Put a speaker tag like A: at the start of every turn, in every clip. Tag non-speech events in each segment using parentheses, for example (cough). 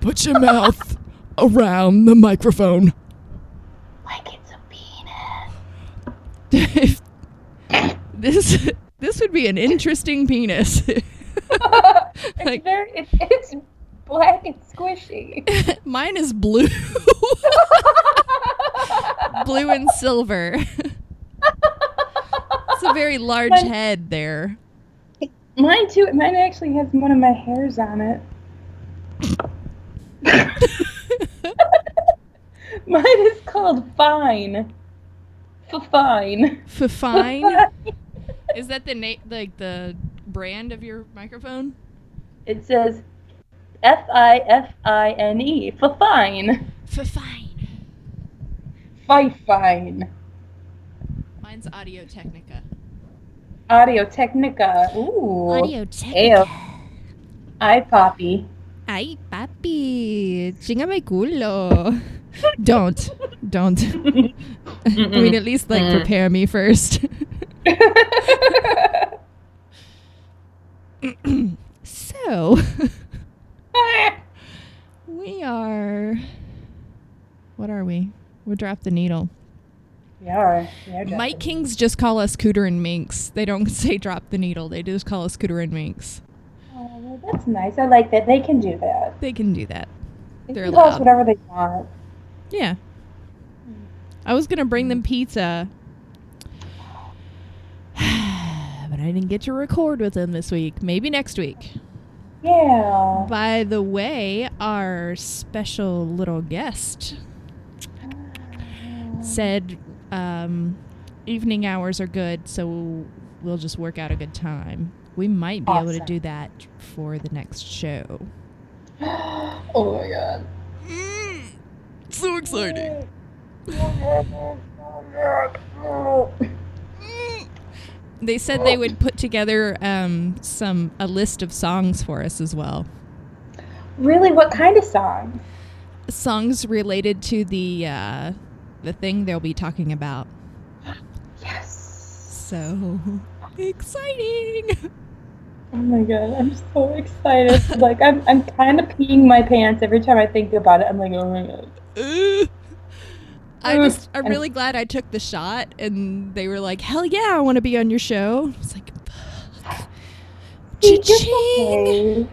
A: Put your mouth around the (laughs) microphone.
B: Like it's a
A: Dave,
B: penis.
A: this this would be an interesting penis. (laughs)
B: It's
A: Like-
B: very. It, it's black and squishy.
A: Mine is (laughs) blue. blue and silver. it's a very large
B: Mine-
A: head there.
B: (laughs) Mine too. Mine actually has one of my hairs on (laughs) it. Mine is called Fine. F- Fine.
A: Fafine. Is that the name like the brand of your microphone?
B: it says F I F I N E. For fine.
A: Fafine.
B: Fi fine.
A: Mine's Audio Technica.
B: Audio Technica. Ooh.
A: Technica.
B: Eye Poppy. (laughs)
A: Ay, papi, chinga mi (laughs) culo. Don't, don't. (laughs) I mean, at least like prepare me first. (laughs)
B: (laughs)
A: so, (laughs) we are. What are we? We drop the needle.
B: yeah. yeah
A: Mike Kings just call us Cooter and Minx. They don't (laughs) say drop the needle. They just call us Cooter and Minx.
B: Oh, that's nice. I like that. They can do that.
A: They can do that.
B: They
A: They're
B: can call us
A: allowed.
B: whatever they want.
A: Yeah. I was gonna bring them pizza, (sighs) but I didn't get to record with them this week. Maybe next week.
B: Yeah.
A: By the way, our special little guest said um, evening hours are good, so we'll just work out a good time. We might be able to
B: Awesome.
A: do that for the next show.
B: (gasps) Oh my god.
A: so They said they would put together um, some a list of songs for us as well.
B: (gasps) Really, what kind of song?
A: Songs related to the uh, the thing they'll be talking about.
B: Yes.
A: So (laughs) exciting!
B: Oh my god, I'm so excited. (laughs) like I'm I'm kinda peeing my pants every time I think about it. I'm like, oh my god.
A: I
B: Ugh.
A: just, I'm really glad I took the shot, and they were like, "Hell yeah, I want to be on your show." It's like, fuck. (laughs)
B: You're so
A: Cha-ching.
B: brave.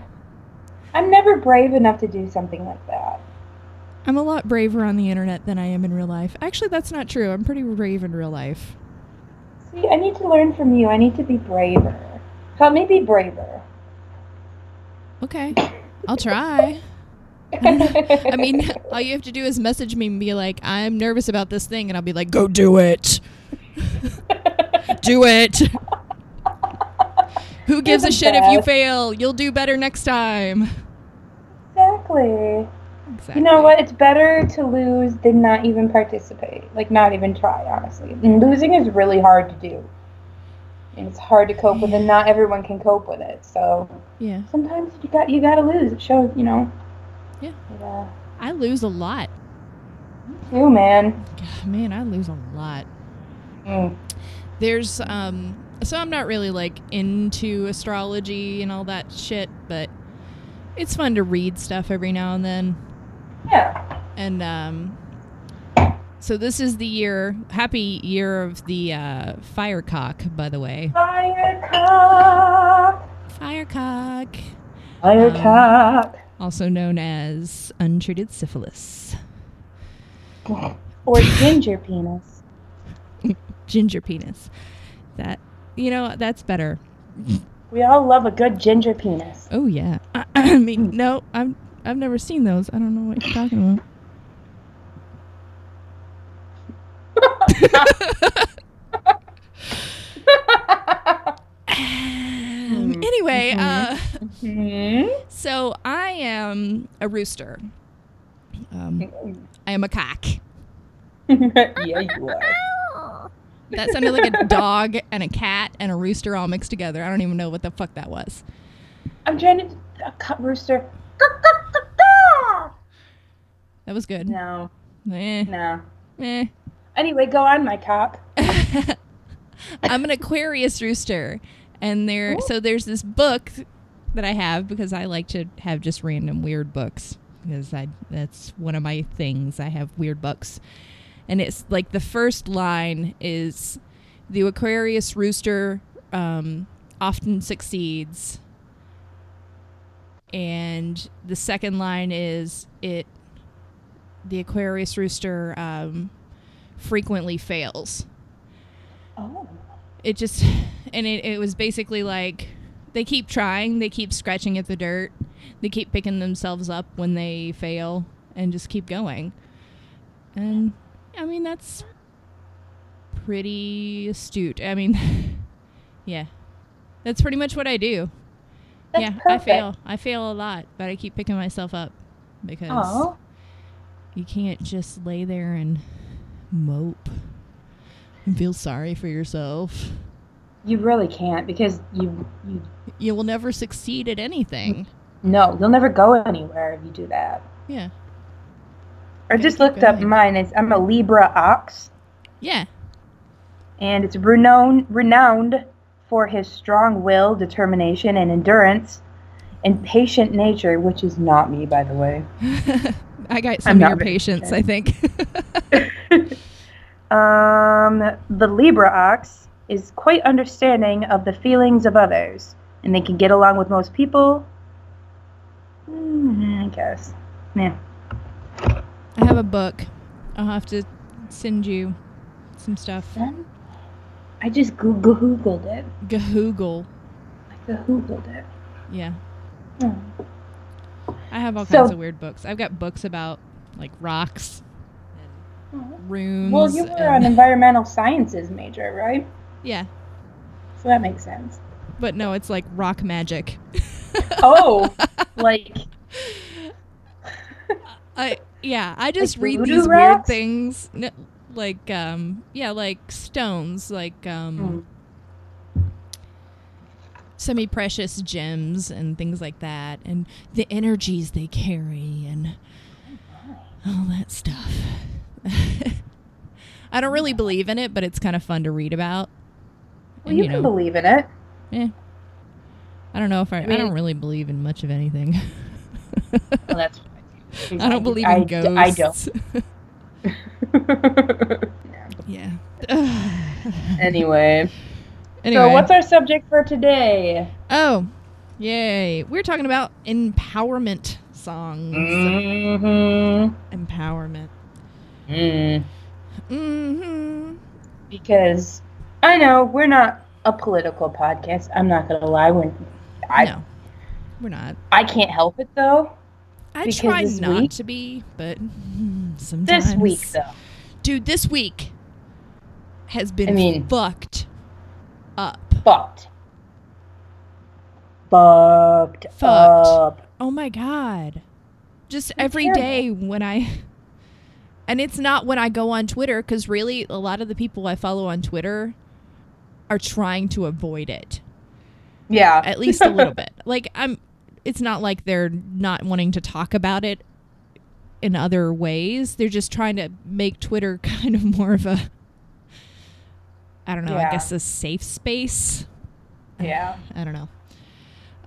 B: I'm never brave enough to do something like that.
A: I'm a lot braver on the internet than I am in real life. Actually, that's not true. I'm pretty brave in real life.
B: See, I need to learn from you. I need to be braver. Help me be braver.
A: Okay, I'll try. (laughs) I mean, (laughs) all you have to do is message me and be like, "I'm nervous about this thing," and I'll be like, "Go do it, do it." Who gives a
B: the
A: shit if you
B: best.
A: fail? You'll do better next time.
B: exactly.
A: Exactly.
B: You know what? It's better to lose than not even participate. Like, not even try, honestly. And losing is really hard to do. And it's hard to cope with, and not everyone can cope with it. So
A: Yeah,
B: sometimes you got you got to lose. It shows, you know.
A: Yeah.
B: Yeah.
A: I lose a lot. (sighs)
B: Too man.
A: God, man, I lose a lot.
B: Mm.
A: There's um, so I'm not really like into astrology and all that shit, but it's fun to read stuff every now and then.
B: Yeah.
A: And um, so this is the year, happy year of the uh, firecock, by the way.
B: Firecock.
A: Firecock, Um,
B: Firecock.
A: also known as untreated syphilis,
B: or ginger penis.
A: ginger penis. That you know that's better.
B: We all love a good ginger (laughs) penis.
A: Oh yeah. (clears throat) Mm. I mean, no, I'm I've never seen those. I don't know what you're talking about. Um, anyway, uh,
B: Hmm.
A: so I am a rooster. Um, I am a cock.
B: (laughs) yeah, you are.
A: That sounded like (laughs) a dog and a cat and a rooster all mixed together. I don't even know what the fuck that was.
B: I'm trying to a cut rooster.
A: That was good.
B: (laughs) No,
A: Eh,
B: no.
A: eh.
B: Anyway, go on, my cock.
A: (laughs) I'm an Aquarius rooster, and there. So there's this book that I have because I like to have just random weird books. because I that's one of my things. I have weird books, and it's like the first line is the Aquarius rooster um, often succeeds, and the second line is it the Aquarius rooster um, frequently fails.
B: Oh.
A: It just (sighs) and it, it was basically like they keep trying, they keep scratching at the dirt, they keep picking themselves up when they fail, and just keep going. And I mean that's pretty astute. I mean, (laughs) yeah, that's pretty much what I do.
B: That's
A: yeah,
B: perfect.
A: I fail. I fail a lot, but I keep picking myself up because
B: Oh.
A: you can't just lay there and mope and feel sorry for yourself.
B: You really can't because you you
A: You will never succeed at (laughs) anything.
B: no, you'll never go anywhere if you do that.
A: Yeah.
B: I
A: Okay,
B: just
A: keep
B: looked up
A: going.
B: mine. It's I'm a Libra ox,
A: Yeah.
B: and it's renowned renowned for his strong will, determination, and endurance, and patient nature, which is not me, by the way.
A: (laughs) I got
B: I'm
A: some of
B: not
A: your
B: very
A: patience,
B: good.
A: I think. (laughs)
B: Um, the Libra ox is quite understanding of the feelings of others, and they can get along with most people. Mm, I guess. Yeah.
A: I have a book. I'll have to send you some stuff.
B: I just goo- goo- googled it.
A: Gahoogle.
B: I googled it.
A: Yeah.
B: Hmm.
A: I have all
B: So-
A: kinds of weird books. I've got books about like rocks and runes.
B: Well, you were an
A: and-
B: environmental sciences major, right?
A: (laughs) Yeah.
B: So that makes sense.
A: But no, it's like rock magic.
B: Oh, like
A: I yeah, I just read
B: voodoo
A: these weird
B: rats?
A: things, n- like um, yeah, like stones, like
B: hmm.
A: um, semi-precious gems and things like that, and the energies they carry and all that stuff. (laughs) I don't really believe in it, but it's kind of fun to read about.
B: well,
A: And,
B: you,
A: you
B: can
A: know,
B: believe
A: (laughs)
B: in it.
A: I don't know if I, I
B: mean-
A: don't really believe in much of anything. (laughs)
B: Well, that's.
A: I don't believe in
B: I,
A: ghosts.
B: I don't.
A: (laughs)
B: (laughs)
A: yeah.
B: anyway,
A: anyway.
B: so what's our subject for today?
A: Oh, yay. We're talking about empowerment songs.
B: Mm. Mm-hmm.
A: Empowerment.
B: Mm.
A: hmm
B: Because I know we're not a political podcast. I'm not gonna lie. When I
A: no, we're not.
B: I can't help it though.
A: I
B: Because
A: try
B: this
A: not
B: week-
A: to be, but mm, sometimes.
B: This week though.
A: Dude, this week has been
B: I mean-
A: fucked up.
B: fucked. Fucked.
A: Fucked.
B: Up.
A: Oh my god. Just
B: It's
A: every
B: terrible.
A: day when I and it's not when I go on Twitter cuz really a lot of the people I follow on Twitter are trying to avoid it.
B: Yeah.
A: at least a little bit. (laughs) Like I'm it's not like they're not wanting to talk about it in other ways. They're just trying to make Twitter (laughs) kind of more of a I don't know, I
B: Yeah.
A: guess a safe space.
B: (laughs) yeah.
A: I don't know.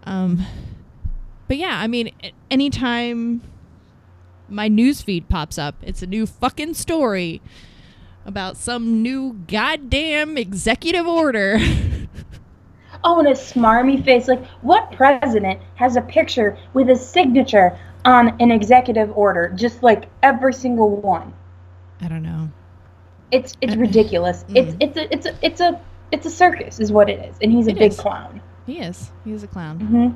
A: Um but yeah, I mean a- anytime my news feed pops up, it's a new fucking story about some new goddamn executive order. (laughs)
B: Oh, and a smarmy face. Like, what president has a picture with his signature on an executive order? Just like every single one.
A: I don't know.
B: It's
A: (clears throat)
B: it's ridiculous. It's it's a it's a it's a it's a circus, is what it is, and he's a
A: It
B: big
A: is.
B: clown.
A: He is. He is a clown.
B: hmm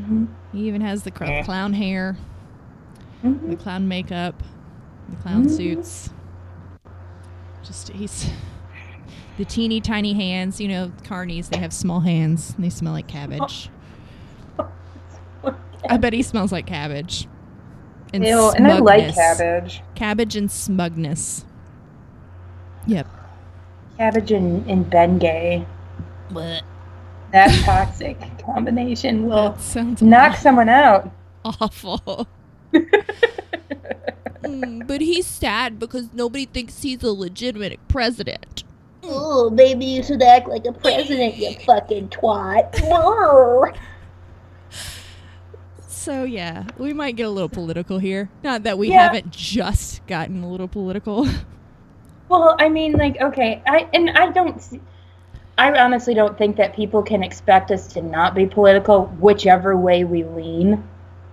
B: hmm
A: He even has the cr-
B: Yeah.
A: clown hair,
B: hmm
A: the clown makeup, the clown
B: Mhm.
A: suits. Just he's the teeny tiny hands. You know, carnies they have small hands. And they smell like cabbage.
B: Oh.
A: I bet he smells like cabbage. And
B: Mm-hmm. Ew, and I like
A: smugness.
B: cabbage.
A: Cabbage and smugness. Yep.
B: Cabbage and, and Bengay.
A: (laughs)
B: That toxic combination will
A: That sounds
B: knock someone out.
C: (laughs)
A: awful. Mm, but he's sad because nobody thinks he's a legitimate president.
C: Ooh, baby, Oh, you should act like a
A: (laughs)
C: president, you fucking twat. Brr.
A: So yeah, we might get a little political here. Not that we
B: Yeah.
A: haven't just gotten a little political. (laughs)
B: Well, I mean, like, okay, I and I don't. s- I honestly don't think that people can expect us to not be political, whichever way we lean.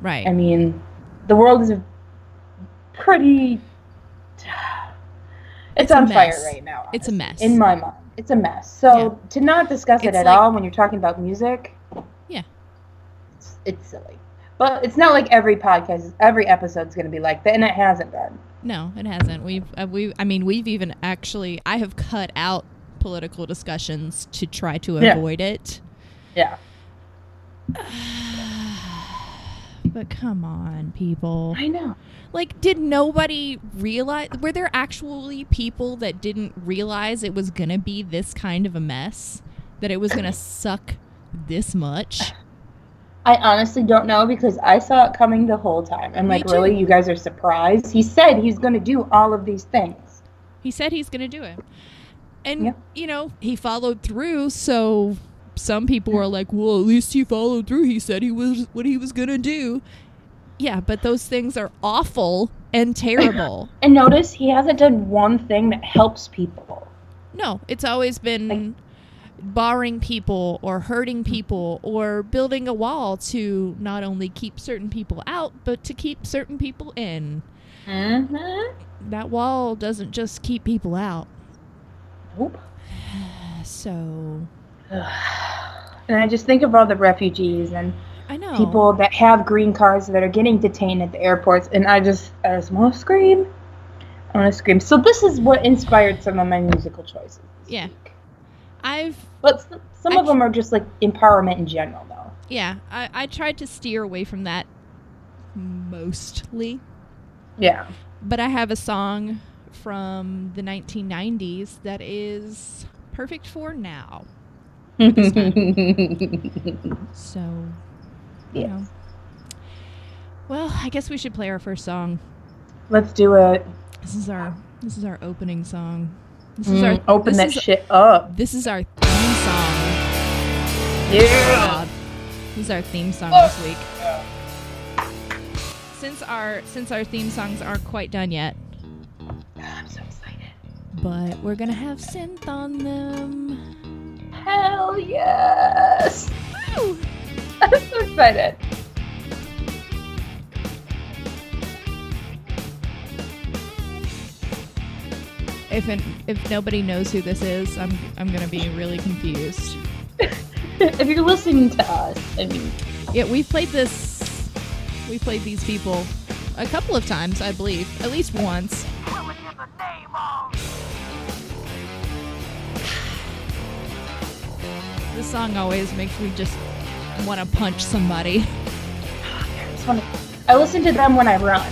A: right.
B: I mean, the world is pretty. (sighs) It's,
A: a
B: on fire
A: mess.
B: right now.
A: it's a mess.
B: honestly, in my mind. It's a mess. So to not discuss it
A: It's
B: at
A: like-
B: all when you're talking about music,
A: Yeah.
B: it's, it's silly. But it's not like every podcast, is- every episode's going to be like that, and it hasn't been.
A: no, it hasn't. We've uh, we. I mean, we've even actually. I have cut out political discussions to try to
B: Yeah.
A: avoid it.
B: Yeah.
A: (sighs) But come on, people.
B: I know.
A: Like, did nobody realize? Were there actually people that didn't realize it was going to be this kind of a mess? That it was going
B: (clears throat)
A: to suck this much?
B: I honestly don't know because I saw it coming the whole time. I'm
A: Me
B: like,
A: too.
B: really? You guys are surprised? He said he's going to do all of these things.
A: He said he's going to do it. And,
B: Yeah.
A: you know, he followed through. So some people are like, well, at least he followed through. He said he was what he was going to do. Yeah, but those things are awful and
B: (coughs)
A: terrible.
B: And notice he hasn't done one thing that helps people.
A: No, it's always been barring people or hurting people or building a wall to not only keep certain people out, but to keep certain people in.
B: Mm-hmm.
A: That wall doesn't just keep people out.
B: Nope.
A: So,
B: And I just think of all the refugees and
A: I know.
B: people that have green cards that are getting detained at the airports, and I just, I just want to scream. I want to scream. So this is what inspired some of my musical choices. this
A: Yeah.
B: week.
A: I've
B: But s- some of
A: Actu-
B: them are just like empowerment in general, though.
A: yeah, I I tried to steer away from that mostly.
B: Yeah.
A: but I have a song from the 1990s that is perfect for now. (laughs)
B: (laughs)
A: So, you know. Well, I guess we should play our first song.
B: Let's do it.
A: This is our this is our opening song. This is our
B: Mm, open
A: this
B: that
A: is-
B: shit up.
A: This is our theme song.
B: Yeah.
A: Rob. This is our theme song this week. Since our since our theme songs aren't quite done yet,
B: I'm so excited.
A: but we're gonna have synth on them.
B: Hell yes. (laughs)
A: Woo!
B: I'm so excited.
A: If an, if nobody knows who this is, I'm I'm gonna be really confused.
B: if you're listening to us, I mean,
A: Yeah, we've played this. We played these people a couple of times, I believe, at least once. (sighs) This song always makes me just want to punch somebody.
B: I just want to. I listen to them when I run.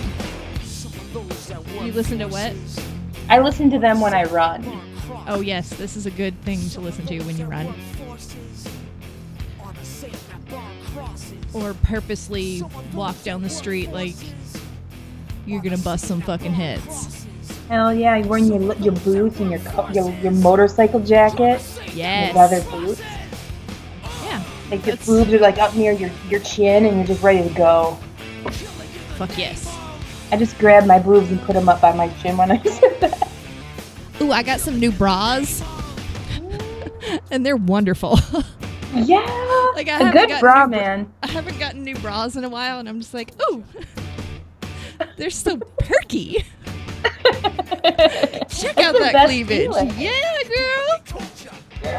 A: You listen to what?
B: I listen to them when I run.
A: Oh yes, this is a good thing to listen to when you run, or purposely walk down the street like you're gonna bust some fucking heads.
B: Hell yeah, you're wearing your, your boots and your, co- your your motorcycle jacket,
A: Yes.
B: your leather boots.
A: Yeah.
B: Like your
A: That's-
B: boobs are like up near your, your chin and you're just ready to go.
A: Fuck yes.
B: I just grabbed my boobs and put them up by my chin when I (laughs) said that.
A: Ooh, I got some new bras. (laughs) and they're wonderful. (laughs)
B: Yeah,
A: Like, I
B: a
A: haven't
B: good
A: gotten
B: bra
A: new bra-
B: man.
A: I haven't gotten new bras in a while, and I'm just like, ooh, (laughs) they're so perky. Check out
B: the
A: that
B: best
A: cleavage.
B: feeling.
A: Yeah, girl.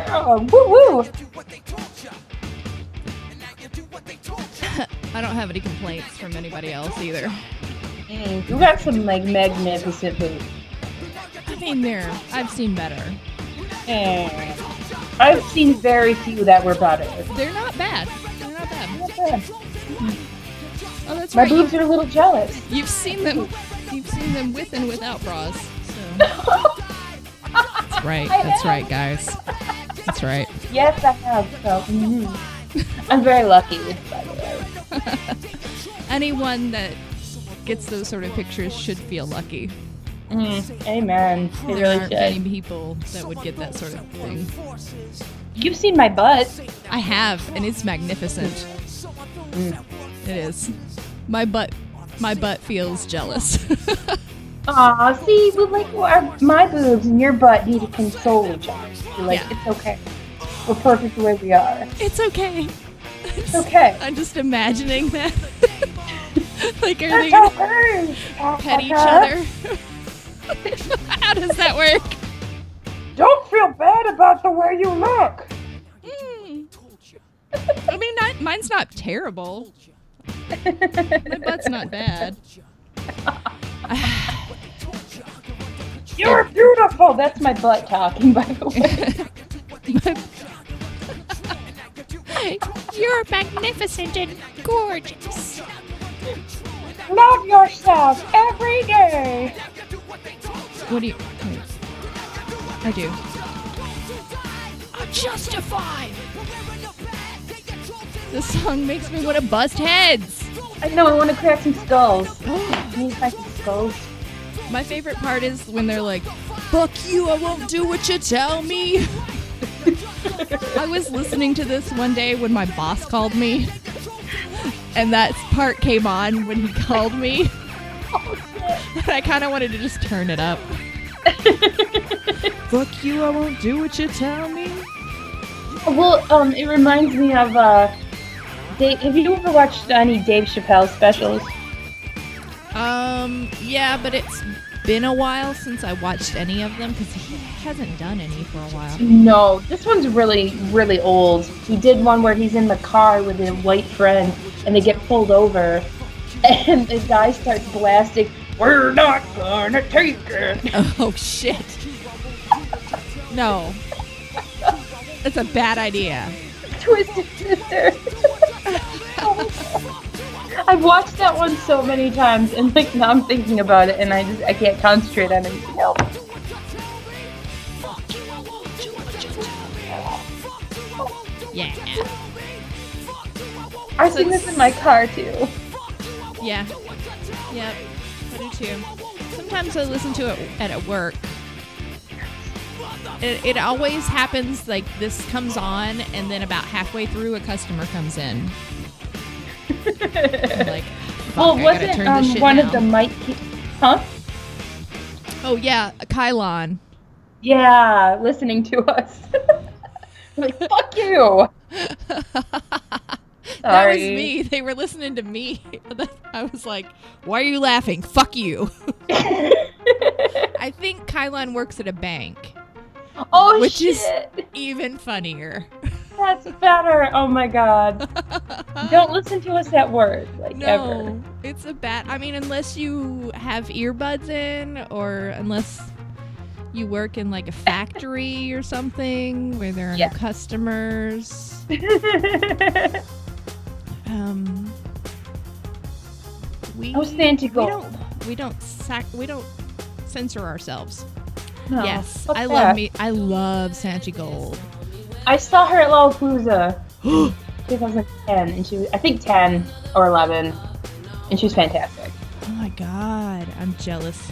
B: Oh, woo woo.
A: I don't have any complaints from anybody else either.
B: Mm, You got some like magnificent boobs.
A: I mean, there, I've seen better.
B: Eh. I've seen very few that were better.
A: They're not bad. They're not bad.
B: Not bad.
A: Oh, that's
B: My
A: right.
B: boobs are a little jealous.
A: You've seen them. You've seen them with and without bras.
B: (laughs)
A: So. that's right. That's right, guys. That's right.
B: Yes, I have. So, mhm. I'm very lucky with by the way.
A: Anyone that gets those sort of pictures should feel lucky.
B: Mm, Amen. It
A: There
B: really
A: aren't many
B: should.
A: people that would get that sort of thing.
B: You've seen my butt.
A: I have, and it's magnificent. It is. My butt, my butt feels jealous. (laughs)
B: Aw, see, but like well, our, my boobs and your butt need to console each other. Be Like
A: Yeah.
B: it's okay. We're perfect the way we are.
A: it's okay.
B: It's okay.
A: I'm just imagining that. (laughs) like, are they
B: That's (laughs)
A: gonna
B: how it works.
A: pet each other? (laughs) How does that work?
B: Don't feel bad about the way you look.
A: Mm. I mean, not, mine's not terrible. My butt's not bad.
B: You're beautiful. That's my butt talking, by the (laughs) way.
A: (laughs) You're magnificent and gorgeous.
B: Love yourself every day.
A: What do you? I do. This song makes me want to bust heads.
B: I know. I want to crack some (gasps) skulls. I need to crack some skulls.
A: My favorite part is when they're like, "Fuck you! I won't do what you tell me." (laughs) I was listening to this one day when my boss called me, and that part came on when he called me. (laughs) Oh, And I kind of wanted to just turn it up. Fuck you! I won't do what you tell me.
B: Well, um, it reminds me of uh, Dave. Have you ever watched any Dave Chappelle specials?
A: Um, yeah, but it's been a while since I watched any of them because he hasn't done any for a while.
B: No, this one's really, really old. He did one where he's in the car with a white friend, and they get pulled over, (laughs) and the guy starts blasting, "We're not gonna take it."
A: (laughs) Oh shit. No. That's a bad idea.
B: Twisted Sister. I've watched that one so many times, and like now I'm thinking about it, and I just I can't concentrate on anything else.
A: Yeah.
B: I've seen this in my
A: (laughs)
B: car too.
A: Yeah. Yep. I do too. Sometimes I listen to it at at work. It, it always happens like this comes on, and then about halfway through, a customer comes in. I'm like, fuck,
B: Well,
A: I gotta
B: wasn't
A: turn this
B: um,
A: shit
B: one of the
A: down.
B: Mike? Ke- Huh?
A: Oh yeah, Kylon. (laughs)
B: Yeah, listening to us. (laughs) like fuck
A: (laughs)
B: you.
A: That was
B: Sorry.
A: me. They were listening to me. (laughs) I was like, why are you laughing? Fuck you. I think Kylon works at a bank.
B: Oh
A: Which
B: shit.
A: is- Even funnier.
B: That's better. Oh my god.
A: (laughs)
B: Don't listen to us at work, like ever.
A: No, it's a bad. I mean, unless you have earbuds in, or unless you work in like a factory or something where there are
B: Yeah.
A: no customers.
B: (laughs)
A: Um, we
B: Oh, Santa
A: we
B: Gold.
A: don't we don't sac- we don't censor ourselves.
B: No,
A: yes,
B: Oh, fuck
A: I
B: that.
A: love me. I love Sanchi Gold.
B: I saw her at Lollapalooza (gasps) 2010, and she was, I think 10 or 11, and she was fantastic.
A: Oh my god, I'm jealous.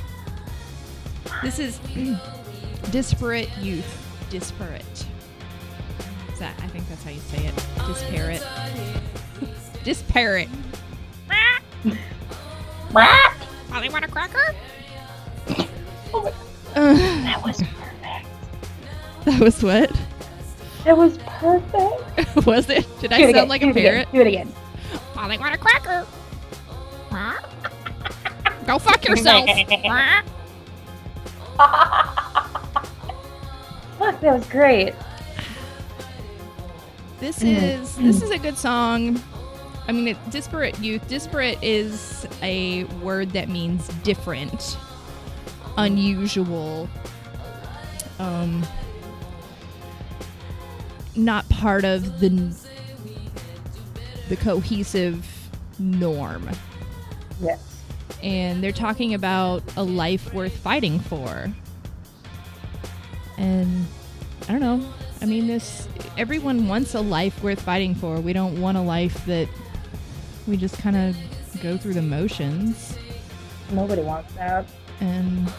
A: This is (clears throat) disparate youth. Disparate. Is that? I think that's how you say it. Disparate. (laughs) Disparate.
B: Wah!
A: Molly want a cracker?
B: Oh my-
A: Uh,
B: that was perfect.
A: that was what? (laughs)
B: That was perfect.
A: was it? Did
B: Do
A: I
B: it again,
A: sound like
B: do
A: a
B: it again,
A: parrot?
B: Do it again.
A: Molly want a cracker? Huh? Go fuck yourself. Huh?
B: Look, that was great.
A: This
B: Mm.
A: is this is a good song. I mean, it, disparate youth. Disparate is a word that means different, unusual, um, not part of the the cohesive norm.
B: Yes.
A: And they're talking about a life worth fighting for. And I don't know. I mean, this everyone wants a life worth fighting for. We don't want a life that we just kind of go through the motions.
B: Nobody wants that.
A: And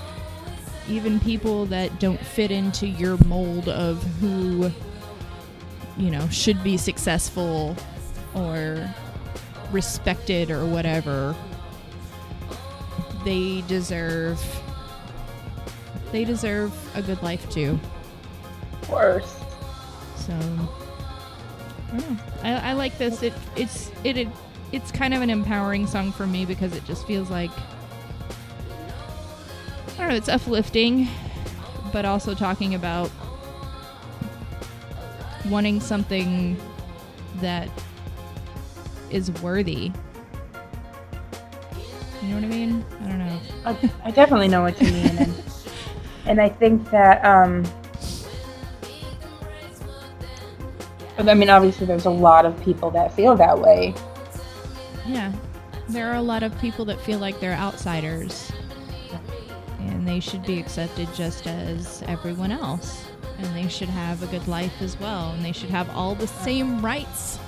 A: even people that don't fit into your mold of who, you know, should be successful or respected or whatever, they deserve they deserve a good life too.
B: Worse.
A: So I, don't know. I, I like this. It it's it, it it's kind of an empowering song for me because it just feels like I don't know. It's uplifting, but also talking about wanting something that is worthy. You know what I mean? I don't know.
B: I, I definitely know what you mean.
A: (laughs)
B: And, and I think that, um, I mean, obviously, there's a lot of people that feel that way.
A: Yeah. There are a lot of people that feel like they're outsiders and they should be accepted just as everyone else. And they should have a good life as well. And they should have all the same rights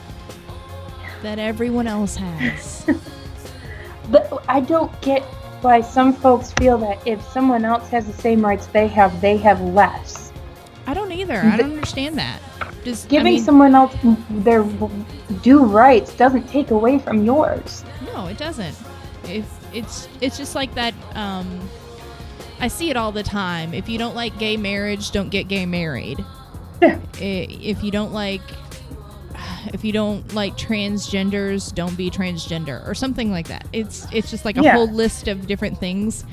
A: that everyone else has.
B: But I don't get why some folks feel that if someone else has the same rights they have, they have less.
A: I don't either. I don't understand that. Just I
B: Giving
A: mean,
B: someone else their due rights doesn't take away from yours.
A: No, it doesn't. If it's it's just like that. Um, I see it all the time. If you don't like gay marriage, don't get gay married.
B: Yeah.
A: I- If you don't like if you don't like transgenders, don't be transgender or something like that. It's it's just like a
B: Yeah.
A: whole list of different things.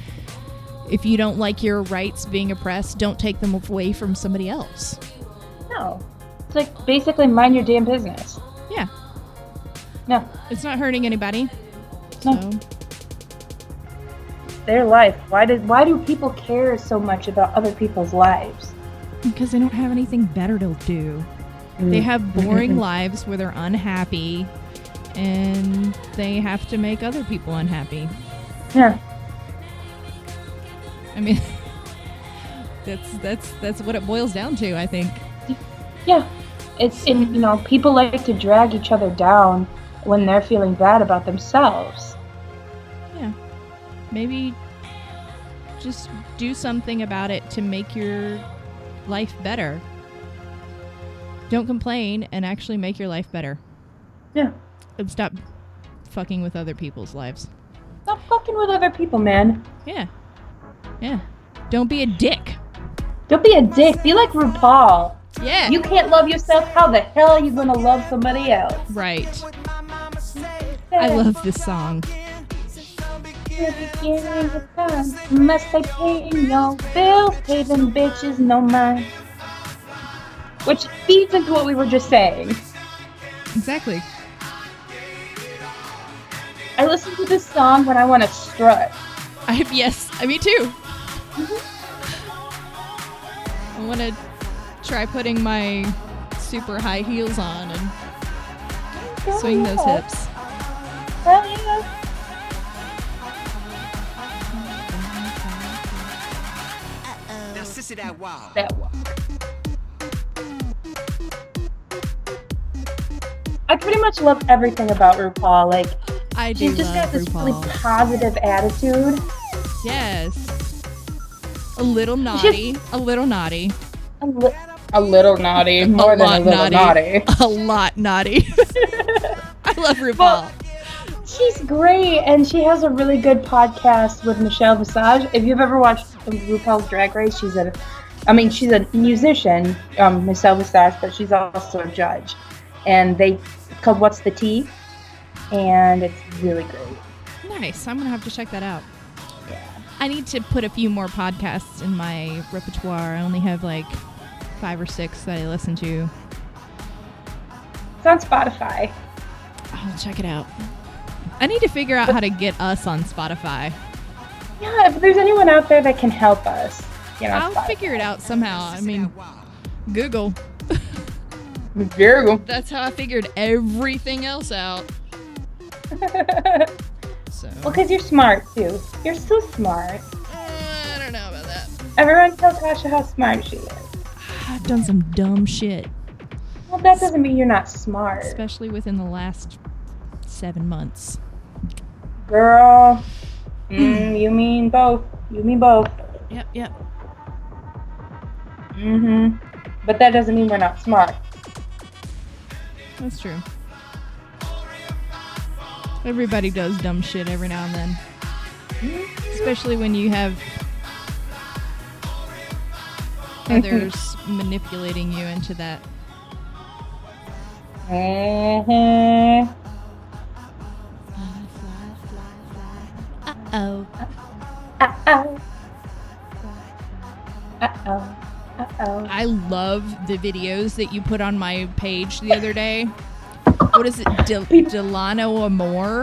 A: If you don't like your rights being oppressed, don't take them away from somebody else.
B: No. It's like basically mind your damn business.
A: Yeah,
B: No,
A: it's not hurting anybody.
B: No.
A: So
B: their life. Why does why do people care so much about other people's lives?
A: because they don't have anything better to do. They have boring lives where they're unhappy and they have to make other people unhappy.
B: Yeah.
A: I mean (laughs) that's that's that's what it boils down to, I think.
B: Yeah. It's and you know, people like to drag each other down when they're feeling bad about themselves.
A: maybe just do something about it to make your life better. Don't complain and actually make your life better.
B: Yeah.
A: And stop fucking with other people's lives.
B: Stop fucking with other people, man.
A: Yeah. Yeah. Don't be a dick.
B: Don't be a dick. Be like RuPaul.
A: Yeah.
B: You can't love yourself. How the hell are you gonna love somebody else?
A: right. I love this song.
B: You're beginning to come. Must I pay no bills? Pay them bitches no mind. Which feeds into what we were just saying.
A: Exactly.
B: I listen to this song when I want to strut.
A: I have yes. I me too. I want to try putting my super high heels on and swing those hips.
B: Hell yeah.
D: Now, sissy that wild.
B: That one. I pretty much love everything about RuPaul. Like,
A: I do
B: she's just
A: love
B: got this
A: RuPaul.
B: really positive attitude.
A: yes. A little naughty. A little naughty.
B: A, li- a little naughty, more than a
A: lot
B: little naughty.
A: (laughs) A lot naughty. (laughs) I love RuPaul.
B: Well- She's great, and she has a really good podcast with Michelle Visage. If you've ever watched RuPaul's Drag Race, she's a, I mean, she's a musician, um, Michelle Visage, but she's also a judge, and they called What's the Tea, and it's really great.
A: nice. I'm gonna have to check that out. I need to put a few more podcasts in my repertoire. I only have like five or six that I listen to.
B: It's on Spotify.
A: I'll check it out. I need to figure out how to get us on Spotify.
B: Yeah, if there's anyone out there that can help us, you know,
A: I'll figure it out somehow. I mean, Google.
B: Virgo.
A: That's how I figured everything else out.
B: (laughs)
A: So
B: Well, because you're smart too. You're so smart.
A: I don't know about that.
B: Everyone tell Tasha how smart she is.
A: I've done some dumb shit,
B: Well, that doesn't mean you're not smart,
A: especially within the last seven months.
B: girl. Mm, you mean both. You mean both.
A: Yep, yep.
B: Mm-hmm. But that doesn't mean we're not smart.
A: That's true. Everybody does dumb shit every now and then. Especially when you
B: (laughs)
A: have others manipulating you into that.
B: Mhm.
A: Oh.
B: Uh-oh. Uh-oh. Uh-oh.
A: I love the videos that you put on my page the other day. What is it?
B: (laughs)
A: Del- Delano Amore?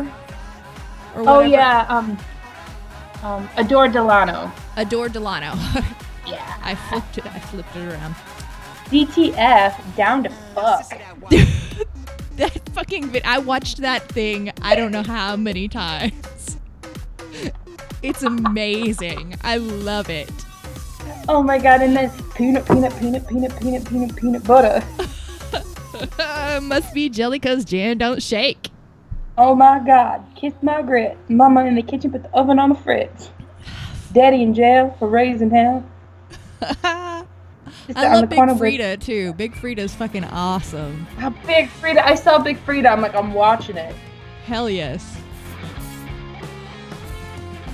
A: Or
B: Oh
A: whatever?
B: yeah, um, um, Adore Delano.
A: Adore Delano. (laughs)
B: Yeah.
A: I flipped it. I flipped it around.
B: DTF, down to fuck.
A: (laughs) That fucking vid- I watched that thing I don't know how many times. It's amazing. I love it. (laughs)
B: Oh my god, and then peanut, peanut, peanut, peanut, peanut, peanut, peanut butter.
A: Must be Jellicoe's Jan don't shake. (laughs)
B: Oh my god, kiss my grit. Mama in the kitchen put the oven on the fridge. Daddy in jail for raising hell.
A: I
B: Sister on
A: love
B: the corner
A: Big Frida too. Big Frida's fucking awesome.
B: With, Ah, Big Frida. I saw Big Frida. I'm like, I'm watching it.
A: Hell yes.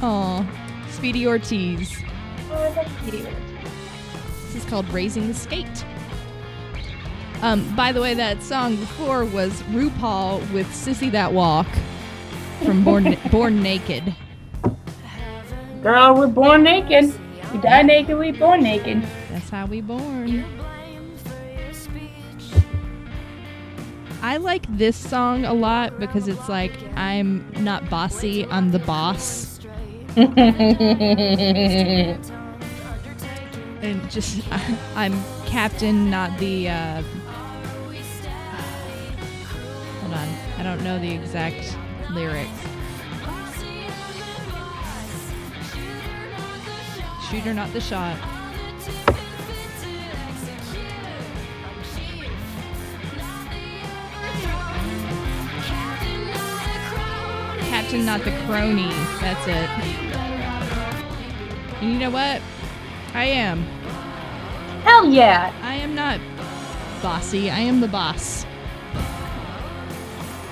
A: Oh, Speedy Ortiz.
B: Oh, I love Petey.
A: This is called Raising the Skate. Um, by the way, that song before was RuPaul with Sissy That Walk from Born, (laughs) Born Naked.
B: Girl, we're born naked. We die naked, we born naked.
A: That's how we born. I like this song a lot because it's like I'm not bossy, I'm the boss. and just (laughs) I'm captain, not the. Uh, hold on, I don't know the exact lyric. Shooter, not the shot. Captain, not the crony. That's it. And you know what? I am.
B: Hell yeah.
A: I am not bossy. I am the boss.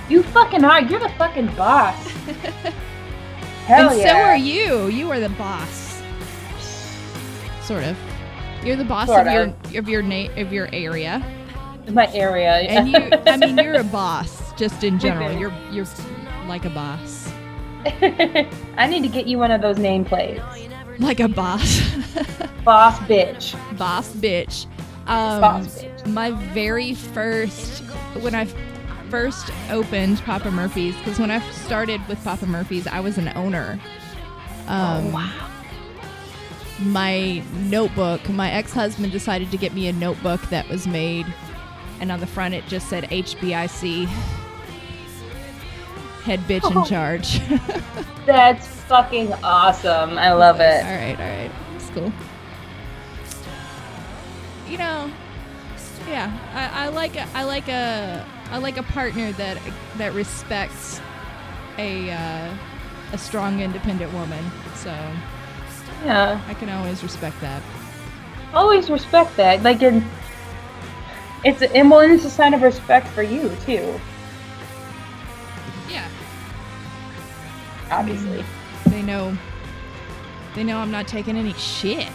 B: You fucking are. You're the fucking
A: (laughs)
B: boss. Hell
A: and
B: yeah.
A: so are you. You are the boss. Sort of. You're the boss
B: Sort
A: of your of your na- of your area.
B: In my area. yeah.
A: And you I mean you're a boss just in general. You're you're like a boss.
B: (laughs) I need to get you one of those nameplates.
A: Like a boss. (laughs)
B: Boss bitch.
A: boss bitch. Um,
B: Boss bitch.
A: My very first, when I first opened Papa Murphy's, because when I started with Papa Murphy's, I was an owner. Um,
B: Oh,
A: wow. My notebook, my ex husband decided to get me a notebook that was made, and on the front it just said HBIC. Head bitch
B: (laughs)
A: in charge. (laughs)
B: That's fucking awesome. I love
A: All
B: it.
A: right, all right. It's cool. You know, yeah, I, I like a, I like a I like a partner that that respects a uh, a strong, independent woman. So
B: Yeah.
A: I can always respect that.
B: Always respect that. Like in it's and well, it's a sign of respect for you too,
A: Yeah,
B: obviously.
A: they know they know I'm not taking any shit.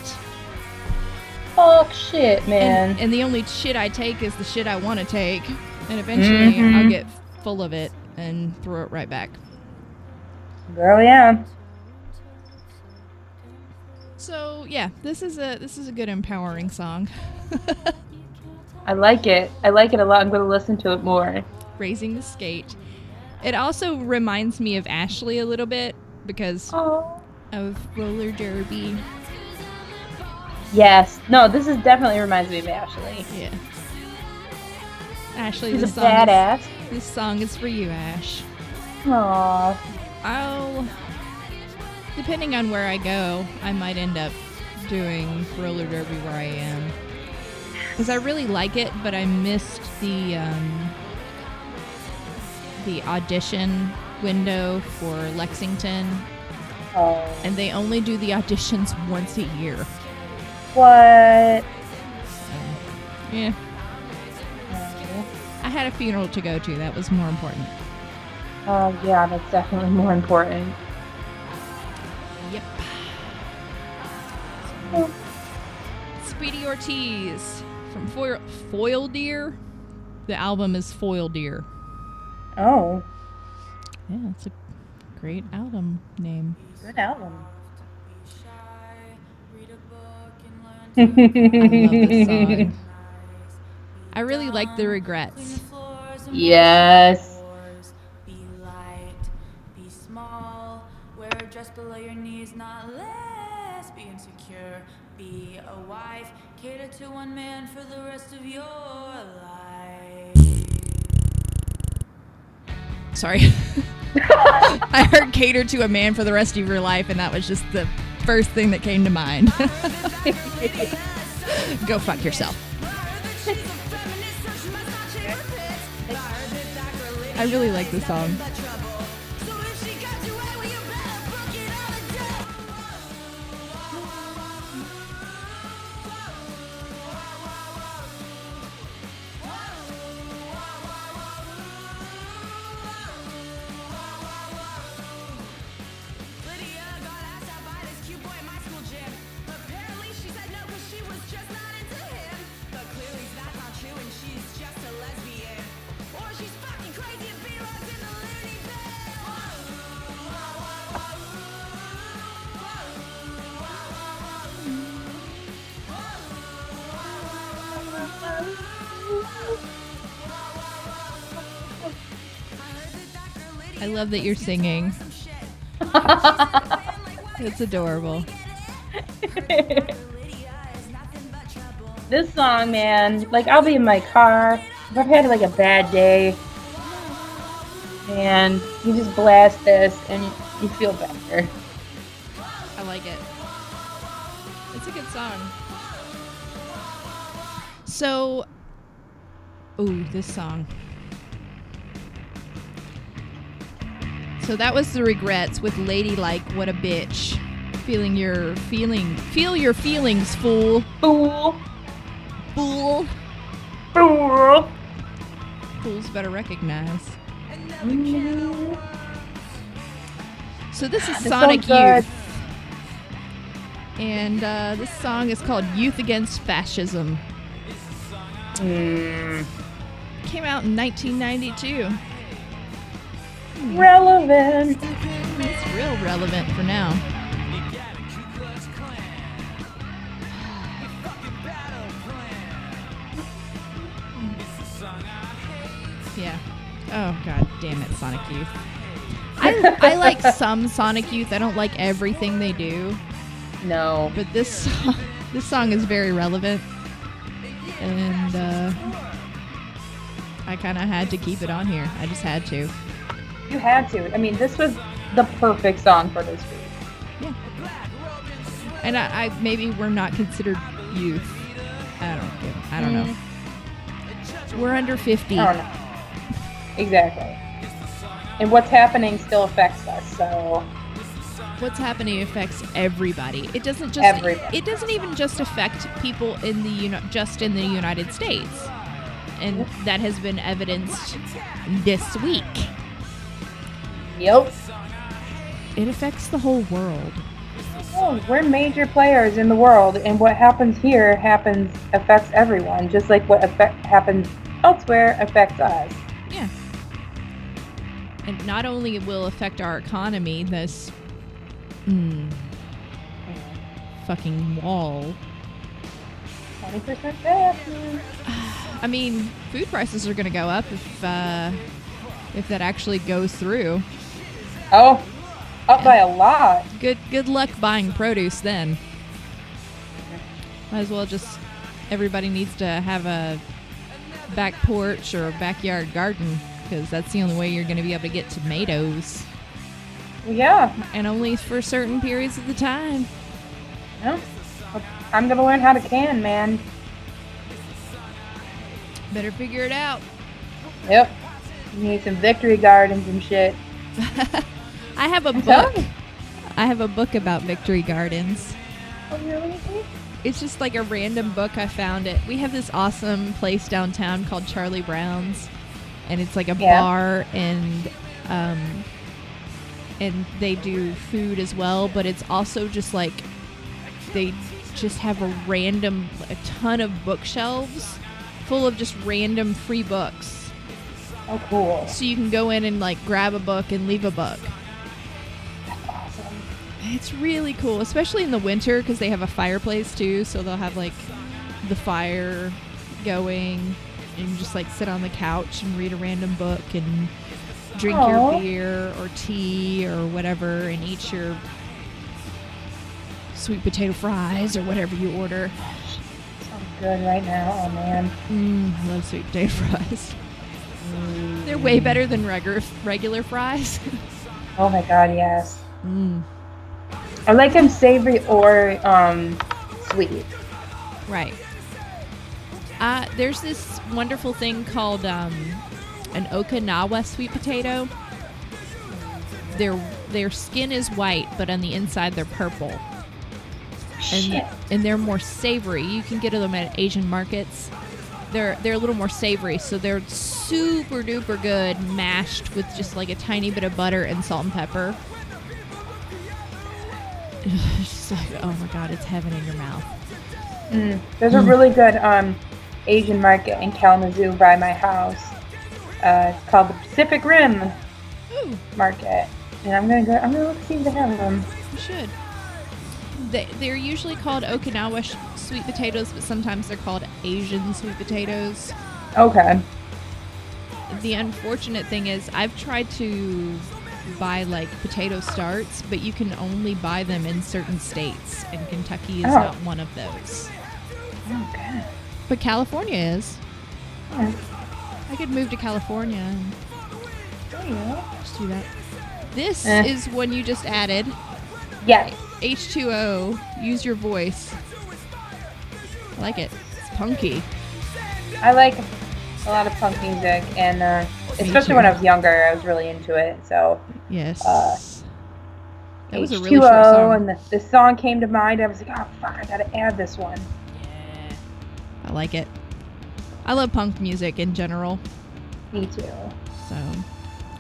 B: Fuck shit, man.
A: And, and the only shit I take is the shit I want to take, and eventually I'll get full of it and throw it right back.
B: Girl, yeah.
A: So yeah, this is a this is a good empowering song. (laughs)
B: I like it. I like it a lot. I'm gonna listen to it more.
A: Raising the skate. It also reminds me of Ashley a little bit because
B: Oh.
A: of roller derby.
B: Yes. No, this is definitely reminds me of Ashley.
A: Yeah. Ashley,
B: She's a
A: this song, is,
B: badass.
A: this song is for you, Ash.
B: Aww.
A: I'll depending on where I go, I might end up doing roller derby where I am because I really like it, but I missed the um, the audition window for Lexington,
B: Oh.
A: and they only do the auditions (laughs) once a year.
B: What?
A: Yeah,
B: Oh.
A: I had a funeral to go to. That was more important.
B: Uh, yeah, that's definitely more important.
A: Yep. Speedy Ortiz from Foil, Foil Deer. The album is Foil Deer.
B: Oh,
A: Yeah, it's a great album name.
B: good album.
A: I love (laughs) this song. I really like the regrets.
B: yes.
E: Be light, be small, wear a dress below your knees, not less. Be insecure, be a wife, cater to one man for the rest of your life.
A: Sorry. (laughs) I heard cater to a man for the rest of your life, and that was just the first thing that came to mind. (laughs) Go fuck yourself. I really like this song. I love that you're singing. It's adorable.
B: (laughs) This song, man, like I'll be in my car. If I've had like a bad day, and you just blast this and you feel better.
A: I like it. It's a good song. So, ooh, this song. So that was the regrets with "Ladylike." What a bitch. Feeling your feeling, feel your feelings, fool,
B: Fool,
A: fool.
B: fool.
A: Fools better recognize. So this is
B: Mm-hmm. This
A: Sonic
B: song's good.
A: Youth, and uh, this song is called "Youth Against Fascism."
B: Mm.
A: Came out in 1992.
B: Relevant.
A: It's real relevant for now. Yeah. Oh god damn it, Sonic Youth. I, I
B: (laughs)
A: like some Sonic Youth. I don't like everything they do,
B: No.
A: but this song, (laughs) this song is very relevant, and uh, I kind of had to keep it on here. I just had to.
B: You had to. I mean, this was the perfect song for this week.
A: And I, I maybe we're not considered youth. I don't. get- I don't know. We're under fifty.
B: Hmm. I don't know. Exactly. And what's happening still affects us, so
A: What's happening affects everybody. It doesn't just.
B: Everybody.
A: It doesn't even just affect people in the uni- just in the United States, and that has been evidenced this week.
B: yep.
A: It affects the whole world.
B: Oh, we're major players in the world, and what happens here happens affects everyone, just like what affect, happens elsewhere affects us.
A: Yeah. And not only it will affect our economy, this mm, fucking wall.
B: Twenty percent back.
A: I mean, food prices are going to go up if uh, if that actually goes through.
B: Oh, up by a lot.
A: Good good luck buying produce then. Might as well just everybody needs to have a back porch or backyard garden because that's the only way you're going to be able to get tomatoes
B: Yeah.
A: and only for certain periods of the time.
B: yeah. I'm gonna learn how to can, man.
A: Better figure it out.
B: Yep. You need some victory gardens and shit.
A: I have a
B: telling
A: book.
B: you.
A: I have a book about victory gardens.
B: Oh, really?
A: It's just like a random book I found it. We have this awesome place downtown called Charlie Brown's and it's like a
B: Yeah.
A: bar and Um, and they do food as well, but it's also just like they just have a random, a ton of bookshelves full of just random free books.
B: Oh, cool.
A: So you can go in and like grab a book and leave a book.
B: Awesome.
A: It's really cool, especially in the winter because they have a fireplace too, so they'll have like the fire going and just like sit on the couch and read a random book and drink
B: Aw.
A: your beer or tea or whatever and eat your sweet potato fries or whatever you order. (laughs)
B: Sounds good right now. Oh, man.
A: Mm, I love sweet potato (laughs) fries. They're way better than regular regular fries. (laughs)
B: Oh, my God, yes.
A: mm,
B: I like them savory or um, sweet.
A: Right. Uh, there's this wonderful thing called um, an Okinawa sweet potato. Their their skin is white, but on the inside they're purple, and
B: Shit.
A: and they're more savory. You can get them at Asian markets. They're they're a little more savory, so they're super duper good mashed with just like a tiny bit of butter and salt and pepper. (sighs) It's just like oh my god, it's heaven in your mouth.
B: Mm. There's a
A: Hmm.
B: really good um, Asian market in Kalamazoo by my house. Uh, it's called the Pacific Rim
A: Ooh.
B: Market, and I'm gonna go. I'm gonna look see if they have them.
A: You should. They, they're usually called Okinawa sh- sweet potatoes, but sometimes they're called Asian sweet potatoes.
B: Okay.
A: The unfortunate thing is, I've tried to buy like potato starts, but you can only buy them in certain states, and Kentucky is
B: Oh.
A: not one of those.
B: Okay.
A: But California is.
B: Yeah.
A: I could move to California and
B: There you go.
A: just do that. This
B: Eh.
A: is one you just added.
B: Yes.
A: H2O, use your voice. I like it. It's punky.
B: I like a lot of punk music, and uh, especially when I was younger, I was really into it. So
A: Yes.
B: Uh,
A: that was a
B: H2O,
A: really short song.
B: and the, the song came to mind. I was like, oh fuck, I gotta add this one.
A: I like it. I love punk music in general.
B: Me too.
A: So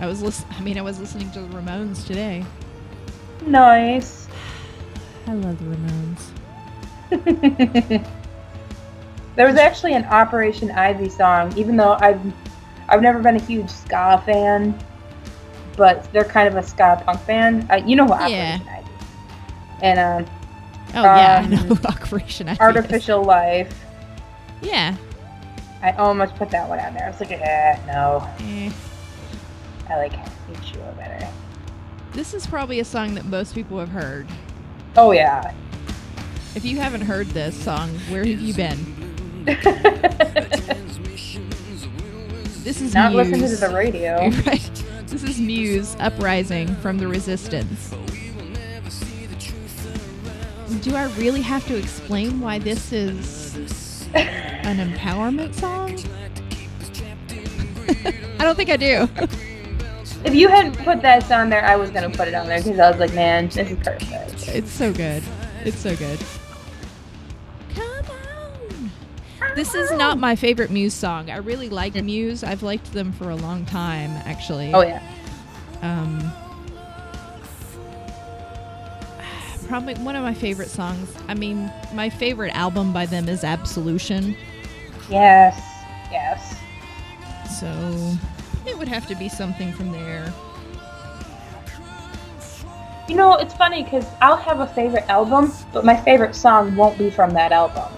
A: I was lis- I mean I was listening to the Ramones today.
B: Nice.
A: I love the Ramones.
B: there (laughs) was actually an Operation Ivy song, even though I've I've never been a huge ska fan, but they're kind of a ska punk band. Uh, you know what
A: Yeah.
B: Operation Ivy? is. And um,
A: Oh yeah, I
B: Um,
A: know (laughs) Operation Ivy. is-
B: Artificial Life.
A: Yeah.
B: I almost put that one on there. I was like, eh, no,
A: Eh.
B: I like H2O better.
A: This is probably a song that most people have heard.
B: Oh yeah. (laughs)
A: If you haven't heard this song, where have you been? This is
B: Not
A: Muse.
B: listen to the radio.
A: You're right. (laughs) This is Muse Uprising from the Resistance. Do I really have to explain why this is an empowerment song? (laughs) I don't think I do. (laughs)
B: If you hadn't put that on there, I was gonna put it on there because I was like, man, this is perfect.
A: It's so good. It's so good. Come on. This is not my favorite Muse song. I really like Muse. I've liked them for a long time, actually.
B: Oh yeah.
A: um, probably one of my favorite songs. I mean, my favorite album by them is Absolution,
B: Yes. Yes.
A: so it would have to be something from there.
B: You know, it's funny because I'll have a favorite album, but my favorite song won't be from that album.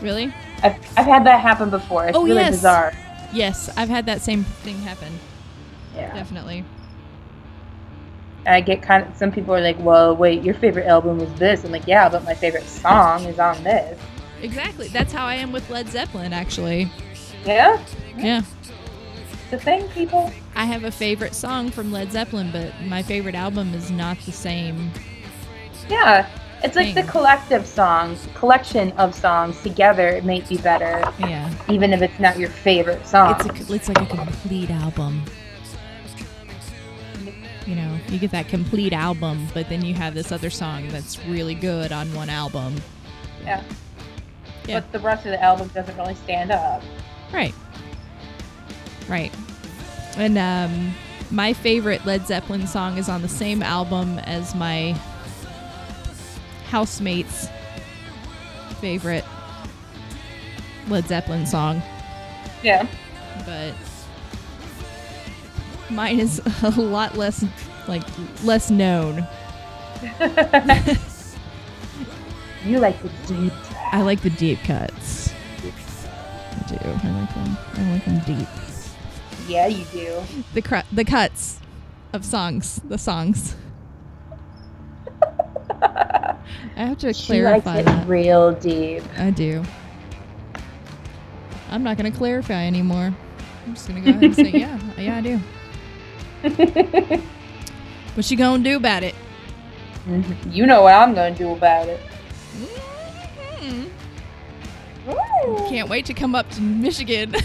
A: Really?
B: I've, I've had that happen before. It's
A: Oh,
B: really
A: yes.
B: bizarre.
A: Yes, I've had that same thing happen.
B: Yeah.
A: Definitely.
B: I get kind of, some people are like, well, wait, your favorite album was this. I'm like, yeah, but my favorite song is on this.
A: Exactly. That's how I am with Led Zeppelin, actually.
B: Yeah?
A: Yeah.
B: It's a thing, people.
A: I have a favorite song from Led Zeppelin, but my favorite album is not the same.
B: Yeah. It's like the
A: Thing.
B: collective songs, collection of songs together, it may be better,
A: Yeah.
B: even if it's not your favorite song.
A: It's a, it's like a complete album. You know, you get that complete album, but then you have this other song that's really good on one album.
B: yeah.
A: Yeah.
B: But the rest of the album doesn't really stand up.
A: Right. Right. And um My favorite Led Zeppelin song is on the same album as my housemate's favorite Led Zeppelin song,
B: Yeah.
A: but mine is (laughs) a lot less like less known.
B: You like the deep.
A: I like the deep cuts. I do. I like them. I like them deep.
B: Yeah, you do.
A: the cr- the cuts of songs, the songs. I have to
B: (laughs) She likes
A: clarify
B: it
A: that.
B: real deep.
A: I do. I'm not going to clarify anymore. I'm just going to go ahead and
B: (laughs)
A: say, yeah, yeah, I do. what she going to do about it?
B: You know what I'm gonna do about it.
A: Mhm. Can't wait to come up to Michigan. (laughs)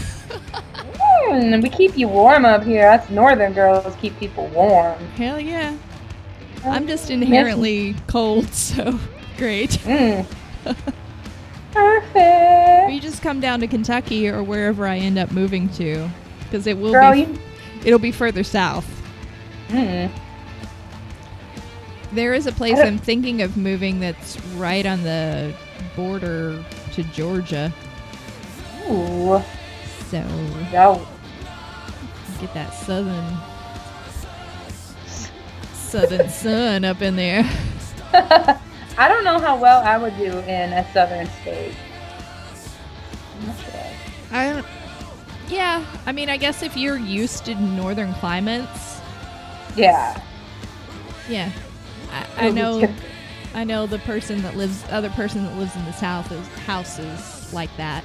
B: And we keep you warm up here. Us northern girls keep people warm.
A: Hell yeah. I'm just inherently cold, so great.
B: Mm.
A: Or
B: Perfect.
A: you just come down to Kentucky or wherever I end up moving to, because it will
B: Girl,
A: be
B: you.
A: it'll be further south.
B: Mm.
A: There is a place
B: I don't-
A: I'm thinking of moving that's right on the border to Georgia,
B: Ooh.
A: so
B: Yo.
A: get that southern southern sun up in there. (laughs)
B: I don't know how well I would do in a southern state. I'm not sure.
A: I don't. Yeah, I mean, I guess if you're used to northern climates,
B: Yeah.
A: yeah. I, I
B: It'll be (laughs)
A: know.
B: different.
A: I know the person that lives, other person that lives in the south is houses like that.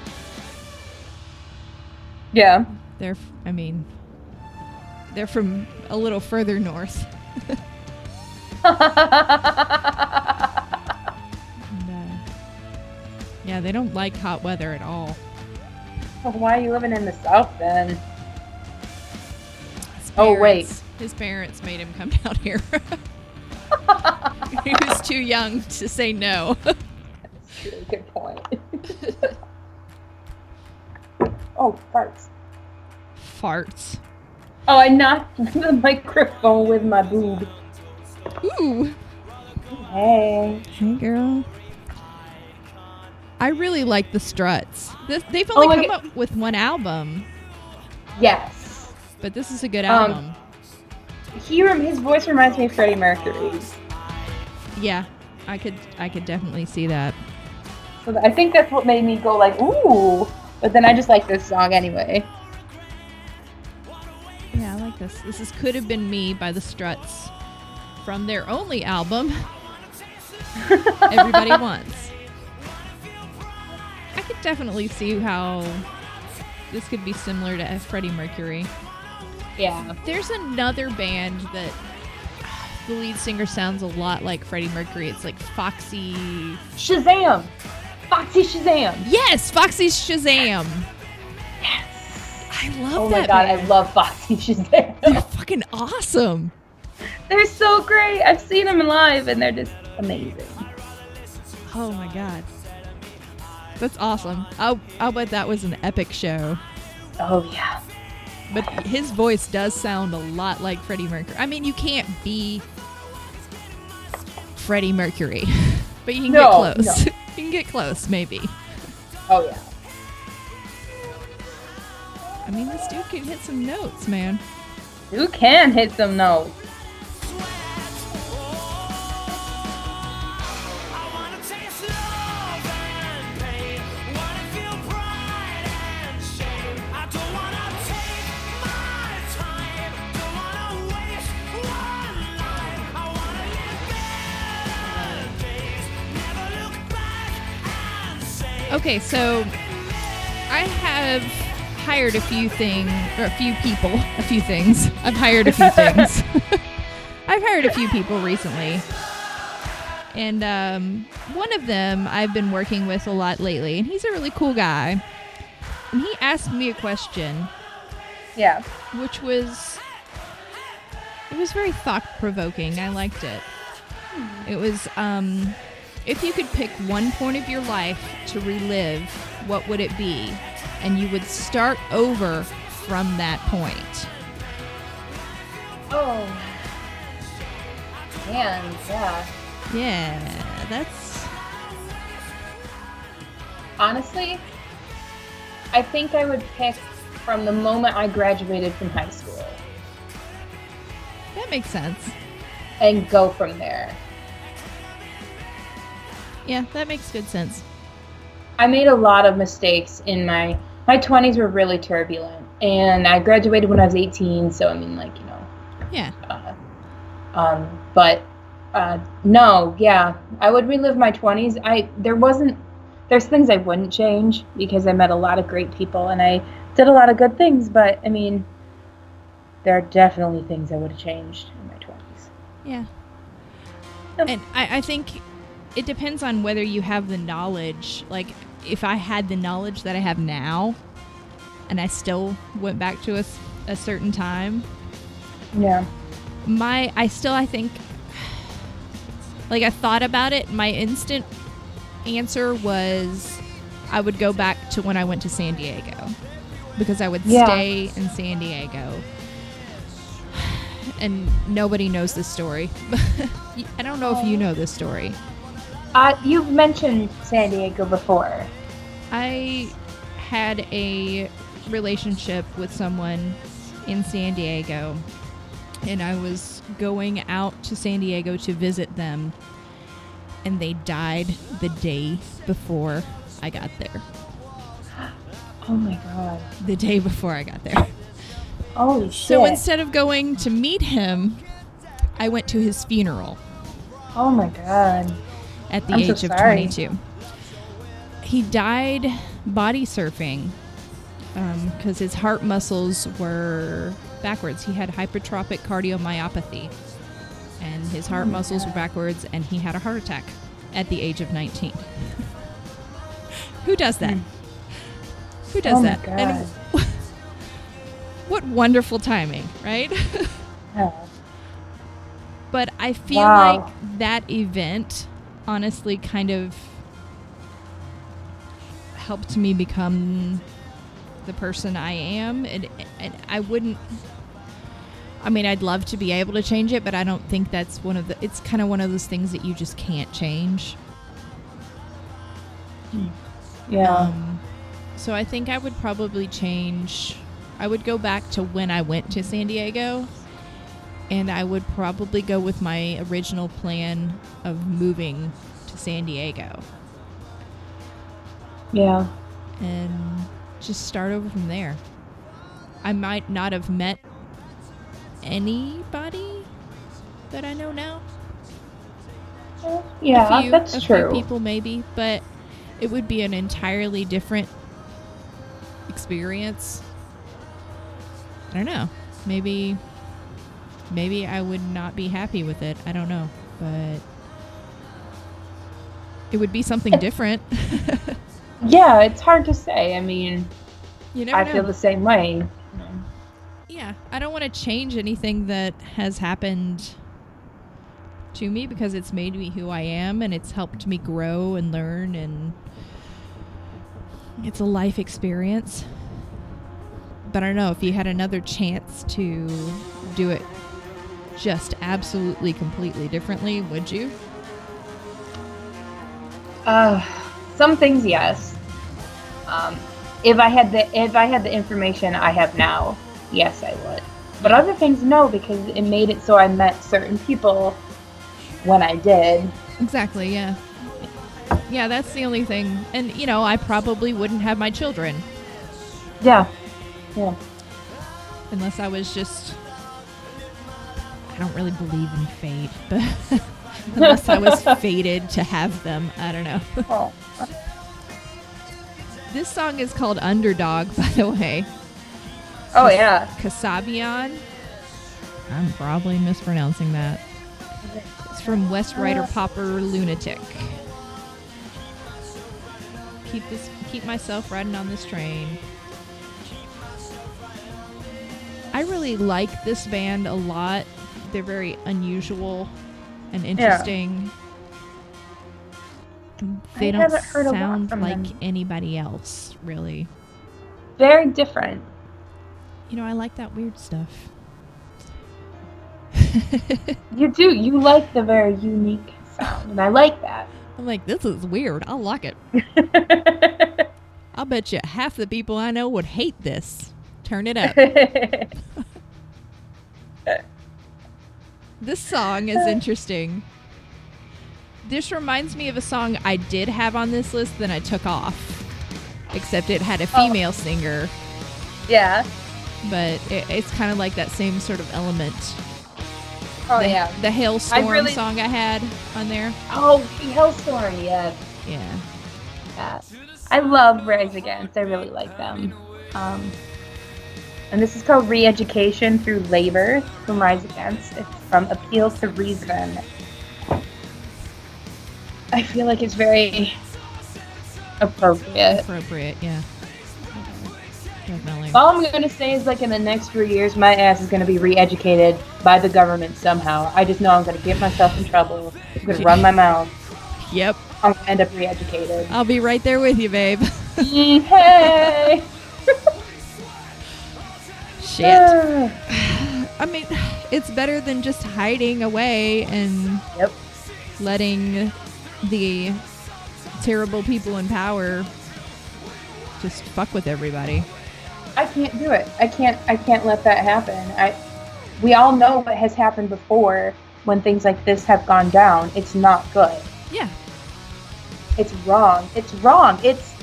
B: Yeah. (laughs)
A: They're, f- I mean, they're from a little further north. And, uh, yeah, they don't like hot weather at all.
B: Well, Why are you living in the south then? Oh, wait.
A: Parents- his parents made him come (laughs) down
B: (laughs)
A: here. he was too young to say no. (laughs)
B: That's true. Good point. (laughs) oh, farts.
A: Farts.
B: Oh, I knocked (laughs) the microphone with my boob.
A: Ooh.
B: Hey.
A: Hey, girl. I really like the Struts. This, they've only
B: Oh, I
A: come
B: get-
A: up with one album,
B: Yes.
A: but this is a good
B: Um,
A: album.
B: He rem- his voice reminds me of Freddie Mercury.
A: yeah, I could, I could definitely see that.
B: So th- I think that's what made me go like, ooh. But then I just like this song anyway.
A: Yeah, I like this. This is Could Have Been Me by the Struts from their only (laughs) album, Everybody Wants. I could definitely see how this could be similar to Freddie Mercury.
B: Yeah.
A: There's another band that uh, the lead singer sounds a lot like Freddie Mercury. It's like Foxy.
B: Shazam! Foxy Shazam!
A: Yes, Foxy Shazam.
B: Yes!
A: I love
B: Oh my
A: that.
B: god, I
A: band.
B: love Foxy (laughs)
A: They're
B: Shazam.
A: fucking awesome.
B: they're so great. I've seen them live and they're just amazing.
A: Oh my god. That's awesome. I I bet that was an epic show.
B: Oh yeah.
A: But his voice does sound a lot like Freddie Mercury. I mean, you can't be Freddie Mercury, (laughs) but you can
B: No,
A: get close.
B: no.
A: (laughs) you can get close, maybe.
B: Oh yeah.
A: I mean, this dude can hit some notes, man.
B: Who can hit some notes?
A: Okay, so I have hired a few things, or a few people, (laughs) a few things. I've hired a few things. (laughs) I've hired a few people recently. And um, one of them I've been working with a lot lately, and he's a really cool guy. And he asked me a question,
B: Yeah.
A: which was, it was very thought provoking. I liked it. It was, um, if you could pick one point of your life to relive, what would it be? And you would start over from that point.
B: Oh. Man, yeah.
A: Yeah, that's
B: Honestly, I think I would pick from the moment I graduated from high school
A: that makes sense.
B: and go from there.
A: Yeah, that makes good sense.
B: I made a lot of mistakes in my my 20s were really turbulent and I graduated when I was 18 so I mean like you know
A: Yeah.
B: uh, um but uh no yeah I would relive my 20s I there wasn't there's things I wouldn't change because I met a lot of great people and I did a lot of good things but I mean there are definitely things I would have changed in my 20s
A: Yeah.
B: Yep.
A: And I, I think it depends on whether you have the knowledge. Like, if I had the knowledge that I have now and I still went back to a, s- a certain time,
B: yeah
A: my, I still, I think, like, I thought about it. My instant answer was I would go back to when I went to San Diego because I would
B: Yeah.
A: stay in San Diego. (sighs) And nobody knows this story. (laughs) I don't know if you know this story.
B: uh, you've mentioned San Diego before
A: I had a relationship with someone in San Diego, and I was going out to San Diego to visit them, and they died the day before I got there.
B: oh my god
A: The day before I got there.
B: holy shit
A: So instead of going to meet him, I went to his funeral.
B: oh my god
A: at the
B: I'm so
A: age of
B: sorry.
A: 22. He died body surfing because his heart muscles were backwards. He had hypertrophic cardiomyopathy, and his heart
B: Oh
A: muscles were backwards, and he had a heart attack at the age of 19. (laughs) Who does that? Who does
B: Hmm. Oh my
A: that? And (laughs) what wonderful timing, right? (laughs)
B: Yeah.
A: but I feel
B: Wow.
A: like that event honestly kind of helped me become the person I am and, and I wouldn't I mean I'd love to be able to change it but I don't think that's one of the it's kind of one of those things that you just can't change
B: Yeah.
A: Um, so I think I would probably change. I would go back to when I went to San Diego, and I would probably go with my original plan of moving to San Diego
B: yeah.
A: and just start over from there. I might not have met anybody that I know now.
B: Yeah,
A: a few,
B: that's
A: a few
B: true.
A: people maybe, but it would be an entirely different experience. I don't know. Maybe maybe I would not be happy with it. I don't know, but it would be something different. (laughs)
B: Yeah, it's hard to say. I mean,
A: you never
B: I
A: know.
B: feel the same way.
A: yeah, I don't want to change anything that has happened to me because it's made me who I am and it's helped me grow and learn and it's a life experience. But I don't know if you had another chance to do it just absolutely completely differently, would you?
B: Uh, some things, yes. Um, if I had the if I had the information I have now, yes, I would. But other things, no, because it made it so I met certain people when I did.
A: Exactly, yeah. Yeah, that's the only thing. And you know, I probably wouldn't have my children
B: Yeah. Yeah.
A: unless I was just I don't really believe in fate, but (laughs) unless I was fated to have them, I don't know.
B: Oh.
A: This song is called Underdog, (laughs) by the way.
B: oh yeah.
A: Kasabian. I'm probably mispronouncing that. It's from West Rider Popper Lunatic. Keep this keep myself riding on this train. I really like this band a lot. They're very unusual and interesting. They
B: I
A: don't
B: haven't heard a lot
A: sound
B: from
A: like
B: them.
A: anybody else, really.
B: Very different.
A: You know, I like that weird stuff.
B: You do. You like the very unique sound, and I like that.
A: I'm like, this is weird. I like it. I'll bet you half the people I know would hate this. Turn it
B: (laughs)
A: up. This song is interesting. This reminds me of a song I did have on this list, then I took off. Except it
B: Oh.
A: had a female singer,
B: (laughs) yeah.
A: but it, it's kind of like that same sort of element.
B: Oh
A: the,
B: yeah.
A: The Hailstorm
B: really-
A: song I had on there.
B: Oh, Hellstorm. Yes.
A: Yeah.
B: that. I love Rise Against. I really like them. Um, and this is called Re-Education Through Labor from Rise Against. It's from Appeal to Reason. I feel like it's very appropriate.
A: Appropriate, yeah. Definitely.
B: All I'm going to say is, like, in the next three years, my ass is going to be re-educated by the government somehow. I just know I'm going to get myself in trouble. I'm going to run my mouth.
A: Yep.
B: I'm going to end up re-educated.
A: I'll be right there with you, babe. (laughs)
B: Mm, hey! Uh.
A: Shit.
B: Ah.
A: I mean, it's better than just hiding away and
B: Yep.
A: letting the terrible people in power just fuck with everybody.
B: I can't do it. I can't. I can't let that happen. I. We all know what has happened before when things like this have gone down. It's not good.
A: Yeah.
B: It's wrong. It's wrong. It's.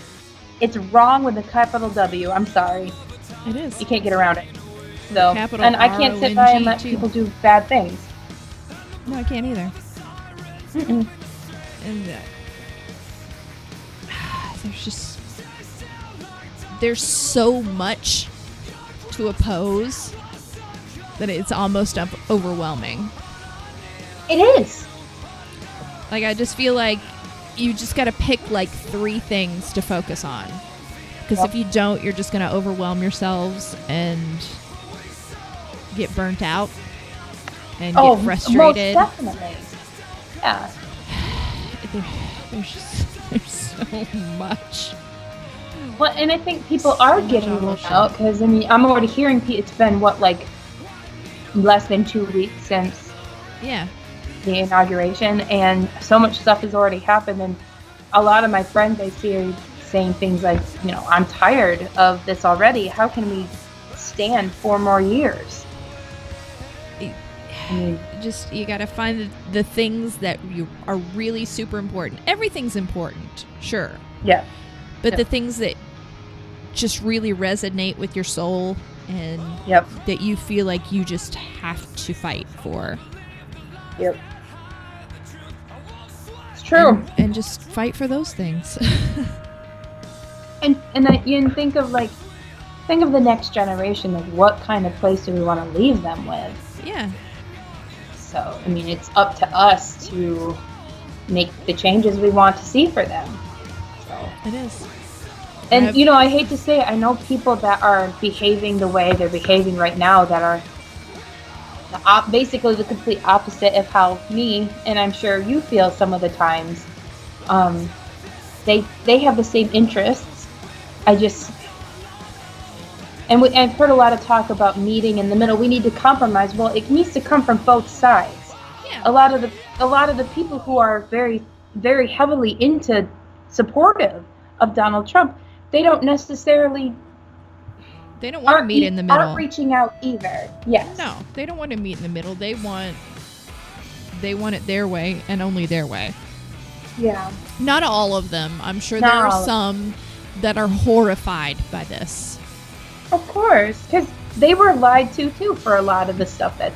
B: It's wrong with a capital W. I'm sorry.
A: It is.
B: You can't get around it. So
A: Capital
B: and I can't sit by and
A: R O
B: let
A: N G, too.
B: people do bad things.
A: No, I can't either.
B: Mm-mm.
A: And uh, there's just there's so much to oppose that it's almost up- overwhelming.
B: It is.
A: Like I just feel like you just got to pick like three things to focus on. Because if you don't, you're just going to overwhelm yourselves and get burnt out and
B: oh,
A: get
B: most
A: frustrated.
B: definitely. Yeah.
A: (sighs) There- there's just there's so much.
B: Well, and I think people are getting
A: emotion.
B: worn out because I mean I'm already hearing pe- it's been what like less than two weeks since
A: Yeah.
B: the inauguration, and so much stuff has already happened. And a lot of my friends I see are saying things like, you know, I'm tired of this already. How can we stand four more years? I mean,
A: Just you got to find the, the things that you are really super important. Everything's important, sure.
B: yeah,
A: But
B: Yeah.
A: the things that just really resonate with your soul and
B: yep,
A: that you feel like you just have to fight for.
B: yep. It's true.
A: And, and just fight for those things. (laughs)
B: and and I, and think of like think of the next generation like what kind of place do we want to leave them with
A: yeah.
B: so i mean it's up to us to make the changes we want to see for them so
A: It is.
B: and
A: I've-
B: you know i hate to say it, i know people that are behaving the way they're behaving right now that are the op- basically the complete opposite of how me and i'm sure you feel some of the times um, they they have the same interests i just and we, i've heard a lot of talk about meeting in the middle we need to compromise well it needs to come from both sides
A: Yeah.
B: a lot of the a lot of the people who are very very heavily into supportive of Donald Trump, they don't necessarily
A: They don't want to
B: aren't
A: meet
B: e-
A: in the
B: aren't
A: middle.
B: reaching out either. Yes.
A: No, they don't want to meet in the middle. They want they want it their way and only their way.
B: Yeah.
A: Not all of them. I'm sure
B: Not
A: there
B: all
A: are
B: of
A: some that are horrified by this.
B: Of course, because they were lied to too for a lot of the stuff that's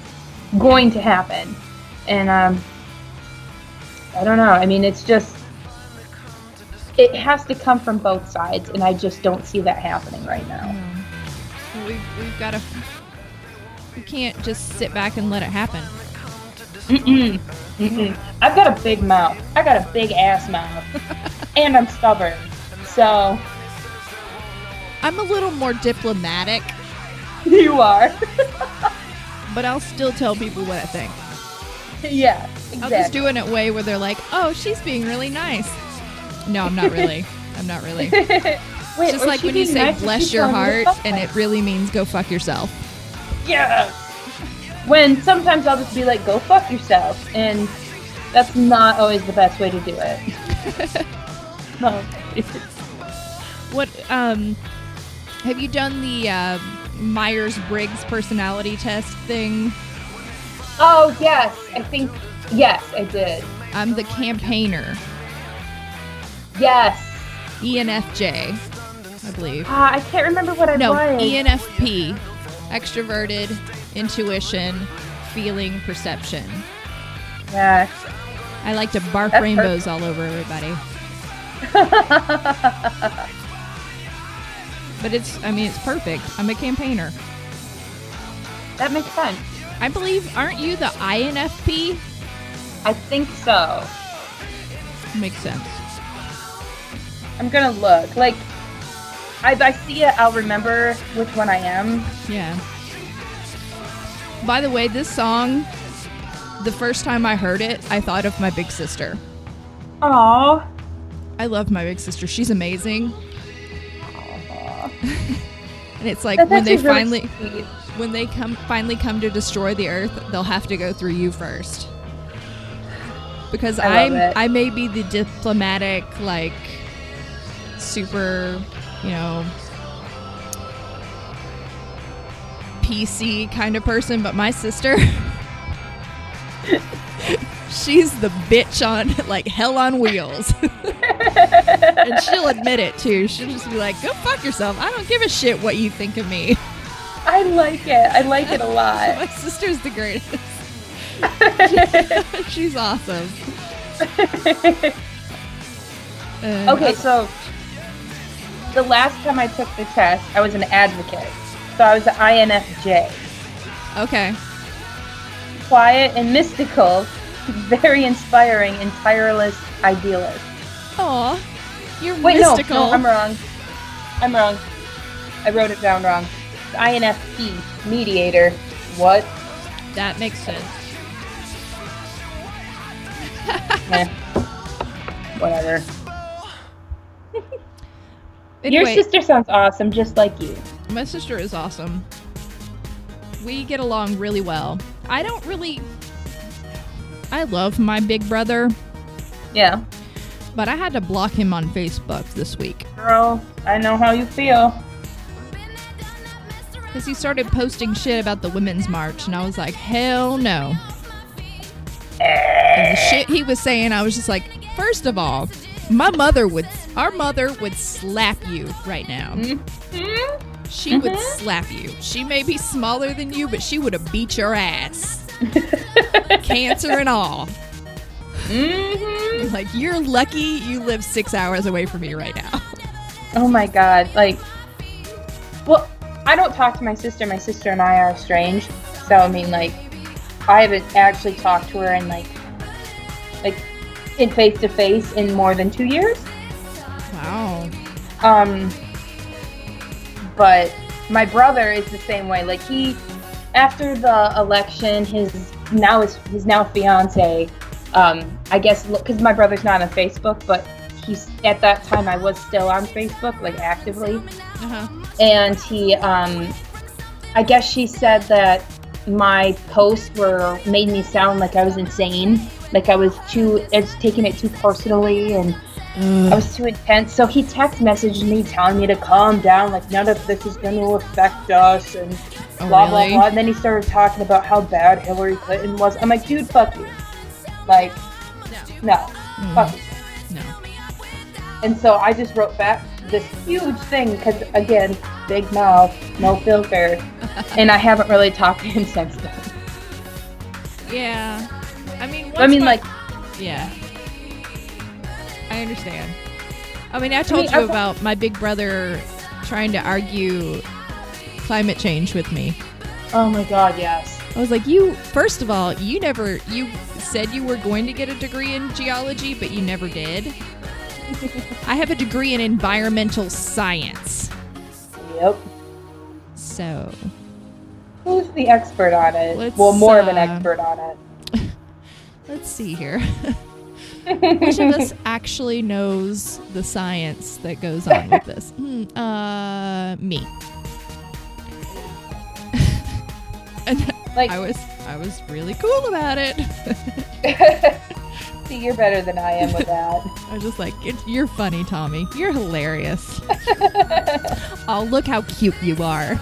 B: going to happen, and um, I don't know. I mean, it's just it has to come from both sides, and I just don't see that happening right now.
A: We've, we've got to we can't just sit back and let it happen.
B: Mm-mm. Mm-mm. I've got a big mouth. I got a big ass
A: (laughs)
B: mouth. and I'm stubborn. So, (laughs)
A: I'm a little more diplomatic,
B: you are. (laughs)
A: but I'll still tell people what I think.
B: yeah,
A: I'm
B: exactly.
A: just doing it way where they're like, "Oh, she's being really nice." No, I'm not really. I'm not
B: (laughs)
A: really. It's
B: Wait,
A: just
B: was
A: like
B: she
A: when you
B: being
A: say
B: nice?
A: "bless
B: She's
A: your
B: telling me to
A: heart"
B: fuck
A: and
B: myself.
A: it really means go fuck yourself.
B: Yes! When sometimes I'll just be like, go fuck yourself. And that's not always the best way to do it.
A: (laughs)
B: no.
A: What um have you done the uh, Myers Briggs personality test thing?
B: Oh, yes. I think, yes, I did.
A: I'm the campaigner, E
B: Yes.
A: ENFJ, I believe.
B: Ah, I can't remember what I
A: No, E
B: was.
A: ENFP, extroverted, intuition, feeling, perception.
B: Yes.
A: I like to barf
B: That's
A: rainbows all over
B: (laughs)
A: everybody. But it's, I mean, it's perfect. I'm a campaigner.
B: that makes sense.
A: I believe, aren't you the INFP?
B: I think so.
A: Makes sense.
B: I'm gonna look. Like, I, I see it, I'll remember which one I am.
A: Yeah. By the way, this song, the first time I heard it, I thought of my big sister.
B: Aww.
A: I love my big sister. She's amazing. (laughs) and it's like
B: That's
A: when they
B: actually
A: finally
B: really sweet.
A: when they come finally come to destroy the earth, they'll have to go through you first. Because
B: I love
A: I'm
B: it.
A: I may be the diplomatic like super, you know, PC kind of person, but my sister (laughs) she's the bitch on like hell on wheels. (laughs) and she'll admit it too. She'll just be like, "Go fuck yourself. I don't give a shit what you think of me."
B: I like it. I like it a lot.
A: (laughs) My sister's the greatest. (laughs) She's awesome. Uh,
B: Okay, so the last time I took the test, I was an advocate. So I was an INFJ.
A: Okay.
B: Quiet and mystical, (laughs) very inspiring and tireless idealist.
A: Aw. You're
B: Wait,
A: mystical.
B: no, no, I'm wrong. I'm wrong. I wrote it down wrong. INFP, mediator. What?
A: that makes sense.
B: Meh. Whatever. Your
A: Anyway,
B: sister sounds awesome, just like you.
A: my sister is awesome. We get along really well. I don't really. I love my big brother,
B: Yeah.
A: but I had to block him on Facebook this week
B: Girl, I know how you feel.
A: because he started posting shit about the women's march, and I was like, hell no. And the shit he was saying, I was just like, first of all, my mother would, our mother would slap you right now.
B: Mm-hmm.
A: She would slap you. She may be smaller than you, but she would have beat your (laughs) ass. Cancer and all. Like, you're lucky you live six hours away from me right now.
B: Oh my god. Like, well, I don't talk to my sister. My sister and I are strange. So, I mean, like, I haven't actually talked to her in, like, like, in face to face in more than two years.
A: Wow.
B: Um, but my brother is the same way. Like he, after the election, his now his his now fiance, um, I guess because my brother's not on Facebook, but he's at that time I was still on Facebook, like actively,
A: Uh-huh.
B: and he, um, I guess she said that my posts were made me sound like I was insane, like I was too, it's taking it too personally and. I was too intense, so he text messaged me telling me to calm down, like none of this is going to affect us, and
A: Oh,
B: blah
A: really?
B: blah blah. And then he started talking about how bad Hillary Clinton was. I'm like, dude, fuck you. Like, no,
A: Hmm.
B: fuck you.
A: No.
B: And so I just wrote back this huge thing because again, big mouth, no
A: (laughs)
B: filter, and I haven't really talked to him since then.
A: Yeah. I mean,
B: I mean, like,
A: Yeah. I understand. I mean, I
B: mean,
A: told
B: I
A: you
B: thought-
A: about my big brother trying to argue climate change with me.
B: oh my god, yes.
A: I was like, "You first of all, you never you said you were going to get a degree in geology, but you never did. I have a degree in environmental science."
B: Yep.
A: So,
B: Who's the expert on it?
A: Let's,
B: well, more of an
A: uh,
B: expert on it.
A: let's see here. (laughs) Which of us actually knows the science that goes on with this? Hmm, uh, me. and
B: Like,
A: I was I was really cool about it. (laughs)
B: see, you're better than I am
A: (laughs)
B: with that. (laughs)
A: I was just like, "It- "You're funny, Tommy. You're hilarious." (laughs) oh, look how cute you are.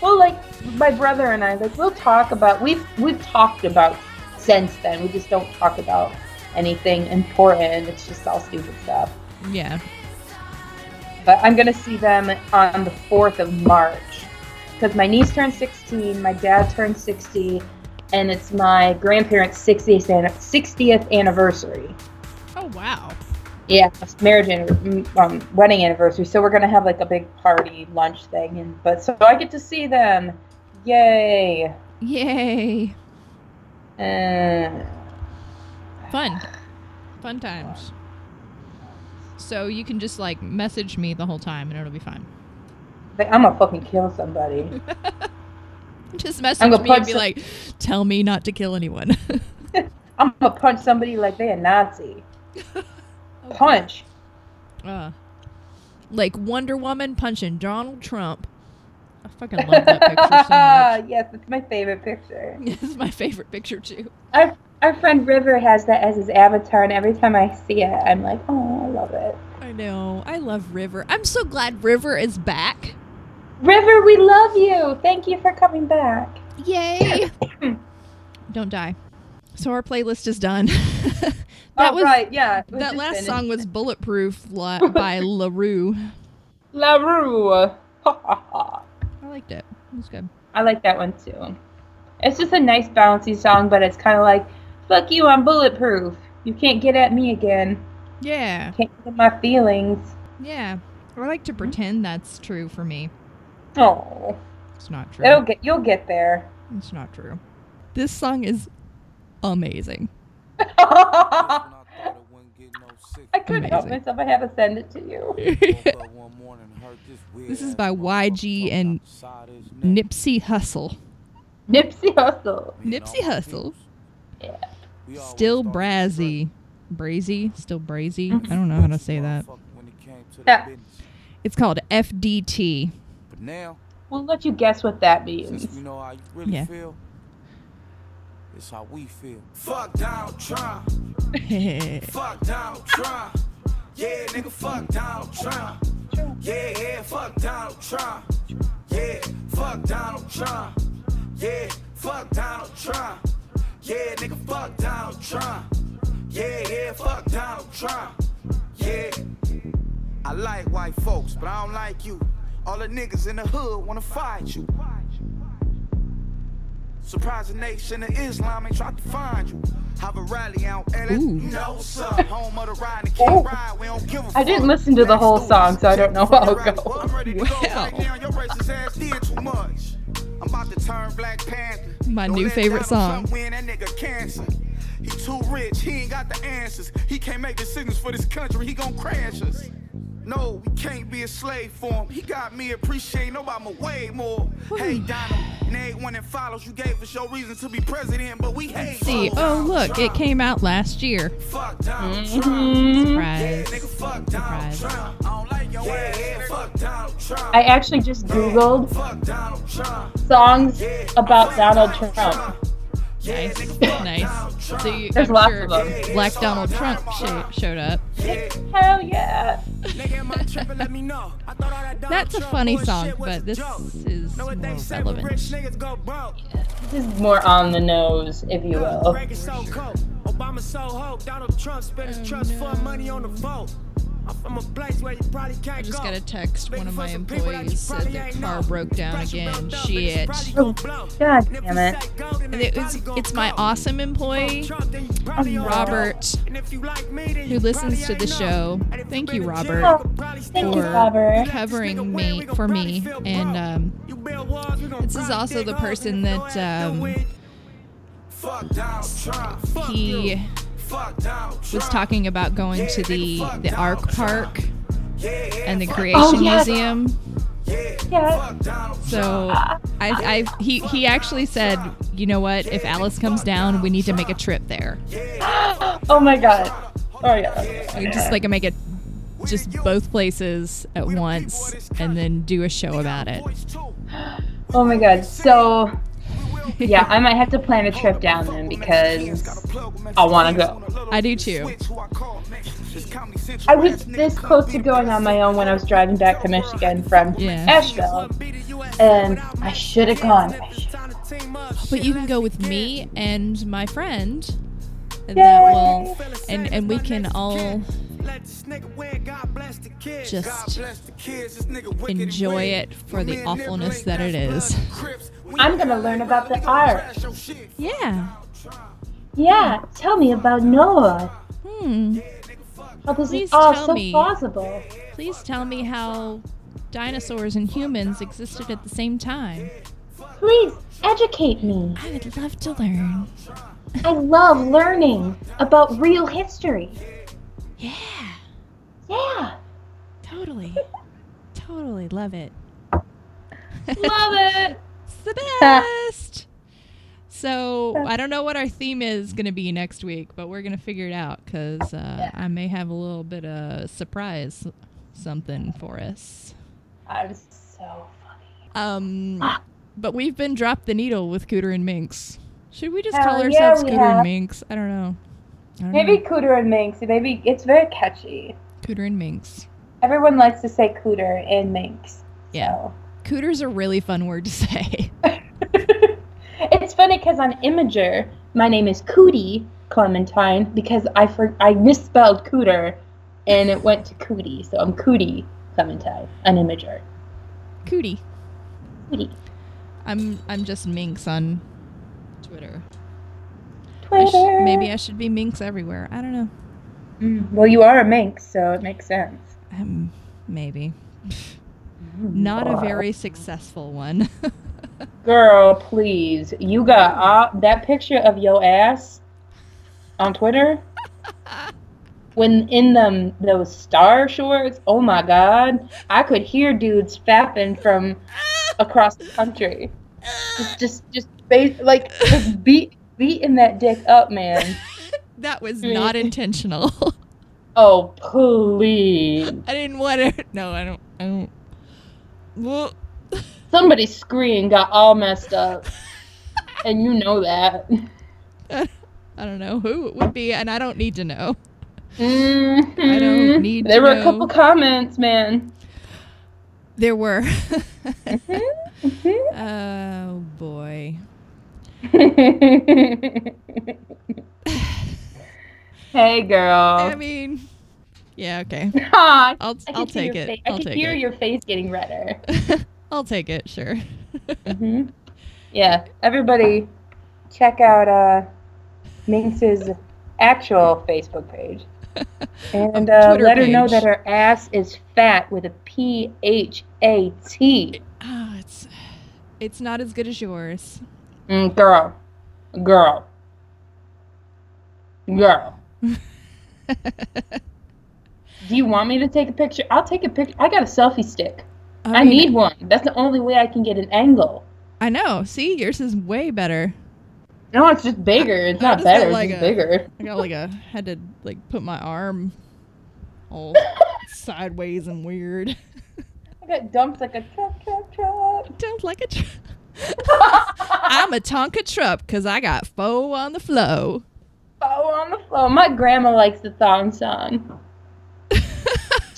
B: well, like my brother and I, like we'll talk about we've we've talked about since then. We just don't talk about anything important. It's just all stupid stuff.
A: Yeah.
B: But I'm gonna see them on the fourth of March because my niece turned 16, my dad turned 60, and it's my grandparents' 60th an- 60th anniversary.
A: Oh wow.
B: Yeah, marriage and um, wedding anniversary. So we're gonna have like a big party lunch thing, and but so I get to see them. Yay!
A: Yay.
B: Uh,
A: Fun. Fun times. So you can just like message me the whole time and it'll be fine. (laughs)
B: like, I'm gonna fucking kill somebody.
A: Just
B: I'm
A: message
B: gonna
A: me and
B: punch
A: be
B: some-
A: like, "Tell me not to kill anyone." (laughs)
B: I'm gonna punch somebody like they're a Nazi. Punch.
A: uh, like Wonder Woman punching Donald Trump. I fucking love that picture so much.
B: (laughs) yes, it's my favorite picture. (laughs)
A: (laughs) This is my favorite picture too.
B: Our our friend River has that as his avatar, and every time I see it, I'm like, oh, I love it.
A: I know. I love River. I'm so glad River is back.
B: River, we love you. Thank you for coming back.
A: Yay! (coughs) Don't die. So our playlist is done. (laughs) that
B: All Oh, right,
A: was
B: yeah. it was
A: that
B: just
A: last (laughs)
B: finished.
A: song was "Bulletproof" (laughs) li- by Larue.
B: La Rue. (laughs) Ha, ha, ha.
A: I liked it. It was good.
B: I like that one too. It's just a nice bouncy song, but it's kind of like, fuck you, I'm bulletproof. You can't get at me again.
A: Yeah,
B: Can't get in my feelings.
A: yeah. I like to pretend that's true for me.
B: Oh,
A: It's not true.
B: it'll get you'll get there. (laughs)
A: It's not true. This song is (laughs) amazing.
B: I
A: (laughs)
B: couldn't help
A: Amazing.
B: myself. I had to send it to you.
A: This is by YG and Nipsey Hussle.
B: Nipsey Hussle.
A: Nipsey Hussle.
F: Yeah.
A: Still brazzy. Brazy? Still brazy? I don't know how to say that.
B: Yeah.
A: It's called (laughs) FDT.
F: But now,
B: We'll let you guess what that
F: since
B: means.
F: we know how you really
A: Yeah.
F: feel, it's how we feel.
D: Fuck Donald Trump. Fuck Donald Trump. Yeah, nigga, fuck Donald Trump. Yeah, yeah, fuck Donald Trump. Yeah, fuck Donald Trump. Yeah, fuck Donald Trump. Yeah, nigga, fuck Donald Trump. Yeah, yeah, fuck Donald Trump. Yeah. I like white folks, but I don't like you. All the niggas in the hood wanna fight you. Surprise the nation of Islam ain't tried to find you. Have a rally out and no sir. Home of the ride and can't ride. We don't give a fuck.
B: Oh. I didn't listen to the whole song, so I don't know how it
D: Well,
B: goes.
D: I'm ready to go right
A: Wow.
D: now. Your racist ass did too much. I'm about to turn Black Panther.
A: My
D: Don't
A: new
D: let
A: favorite song.
D: Donald Trump Win that nigga cancer. He too rich. He ain't got the answers. He can't make decisions for this country. He gon' crash us. No, we can't be a slave for him. He got me appreciating Obama way more. Hey Donald, and everyone that follows you gave us your reason to be president, but we hate
A: See,
D: you.
A: oh look, it came out last year.
D: Fuck Donald Trump.
A: Hmm?
B: Mm,
D: Yeah,
A: Surprise.
D: nigga, fuck Donald
A: Surprise.
D: Trump. I don't like your ass. Yeah, fuck Donald Trump.
B: I actually just Googled
D: Fuck Donald Trump.
B: songs about Donald Trump.
A: Nice, (laughs) nice. So you,
B: There's
A: I'm
B: lots
A: sure
B: of them.
A: Black Donald Trump sh- showed up.
B: Hell yeah.
A: (laughs) That's a funny song, but this is more relevant.
D: niggas go broke.
B: This is more on the nose, if you will.
D: Reagan so cold. Obama so hope. Donald Trump spent
A: Oh,
D: his trust for money on the vote. I'm from a place where you probably can't
A: I just
D: go.
A: got a text. One of my employees said their car broke down again. Shit.
B: Oh, God damn it.
A: And it was, it's my awesome employee, Robert, who listens to the show. Thank you, Robert,
B: Oh, thank you, Robert.
A: covering me for me. And um, this is also the person that um,
D: Fuck Donald Trump.
A: he
D: Fuck Donald Trump.
A: was talking about going to the the Ark Park
D: Yeah, yeah,
A: and the
D: fuck-
A: Creation
B: Oh, yes.
A: Museum.
D: yeah,
B: Yeah.
D: fuck Donald
A: So I, I he he actually said, you know what? If Alice comes down, we need to make a trip there.
B: Oh my god. Oh yeah.
A: We just like make it just both places at once and then do a show about it.
D: Voice too.
B: Oh my god. So, (laughs) yeah, I might have to plan a trip down then because I want to go.
A: I do too.
B: I was this close to going on my own when I was driving back to Michigan from
A: Yeah.
B: Asheville, and I should have gone. I should've-
A: But you can go with me and my friend. And that will and and we can all just enjoy it for the awfulness that it is.
B: I'm gonna learn about the art.
A: Yeah.
B: Yeah, tell me about Noah.
A: Hmm.
B: How this
A: Please
B: is all
A: tell
B: so
A: me.
B: plausible.
A: Please tell me how dinosaurs and humans existed at the same time.
B: Please educate me.
A: I would love to learn.
B: I love learning about real history.
A: Yeah.
B: Yeah,
A: Totally. totally love it.
B: love it.
A: It's
B: (laughs)
A: the best. So I don't know what our theme is going to be next week, but we're going to figure it out because uh, I may have a little bit of surprise something for us.
B: I'm so funny.
A: Um,
B: Ah.
A: but we've been dropped the needle with Cooter and Minx. Should we just
B: Hell
A: call
B: yeah,
A: ourselves
B: we
A: Cooter
B: have.
A: and Minx? I don't know. I don't
B: Maybe
A: know.
B: Cooter and Minx. Maybe it's very catchy.
A: Cooter and Minx.
B: Everyone likes to say Cooter and Minx.
A: Yeah.
B: so.
A: Cooter's a really fun word to (laughs) say.
B: (laughs) it's funny because on Imager, my name is Cootie Clementine because I for- I misspelled Cooter, and it went to Cootie, so I'm Cootie Clementine on Imager.
A: Cootie.
B: Cootie.
A: I'm I'm just Minx on Twitter. I
B: Twitter.
A: sh- maybe I should be Minx everywhere. I don't know.
B: Mm, well, you are a Minx, so it makes sense.
A: Um, maybe.
B: Mm-hmm.
A: Not a very successful one. (laughs)
B: Girl, please. You got all- that picture of your ass on Twitter? when in them those star shorts, oh my god. I could hear dudes fapping from across the country. Just just just ba- like just beat beating that dick up, man.
A: that was not intentional. (laughs)
B: Oh please.
A: I didn't want it. No, I don't. I don't. Well,
B: Somebody's screen got all messed up. And you know that.
A: I don't know who it would be, and I don't need to know.
B: I
A: don't need
B: Mm-hmm. There
A: to
B: were
A: know.
B: a couple comments, man. (laughs)
A: There were. (laughs)
B: Mm-hmm.
A: oh boy.
B: hey, girl.
A: I mean, yeah.
B: (laughs)
A: Okay.
B: Aw, Oh. I
A: I'll
B: can
A: I'll
B: see
A: take
B: your
A: it.
B: face- I
A: I'll
B: can
A: take
B: hear
A: it.
B: your face
A: (laughs)
B: getting redder.
A: I'll take it.
B: (laughs)
A: Sure.
B: Mhm. Yeah, everybody, check out uh, Minx's actual Facebook
A: (laughs)
B: page,
A: Um,
B: and uh,
A: Twitter
B: let her know
A: page.
B: that her ass is fat with a P H A T.
A: Ah, it's it's not as good as yours. (laughs)
B: Mm, girl, girl, girl. Do you want me to take a picture? I'll take a picture. I got a selfie stick. I,
A: mean,
B: need one. That's the only way I can get an angle.
A: I know. See, yours is way better.
B: No, it's just bigger. It's
A: I
B: not
A: just don't
B: better. It's
A: like
B: just
A: it.
B: bigger.
A: I got like a (laughs) had to like put my arm (laughs) all sideways and weird. (laughs)
B: I got dumped like a truck, truck, (laughs) truck.
A: Don't like a. Tr- (laughs) I'm a Tonka truck because I got foe on the flow. (laughs)
B: Oh, on the floor. My grandma likes the thong song.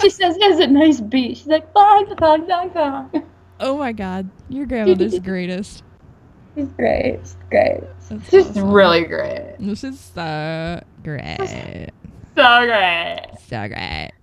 B: she says, "There's a nice beat." She's like, "Thong, thong, thong, thong."
A: Oh my god, your grandmother's the greatest.
B: She's great. She's great.
A: That's
B: She's
A: awesome.
B: really great.
A: This is so great,
B: So great.
A: so great.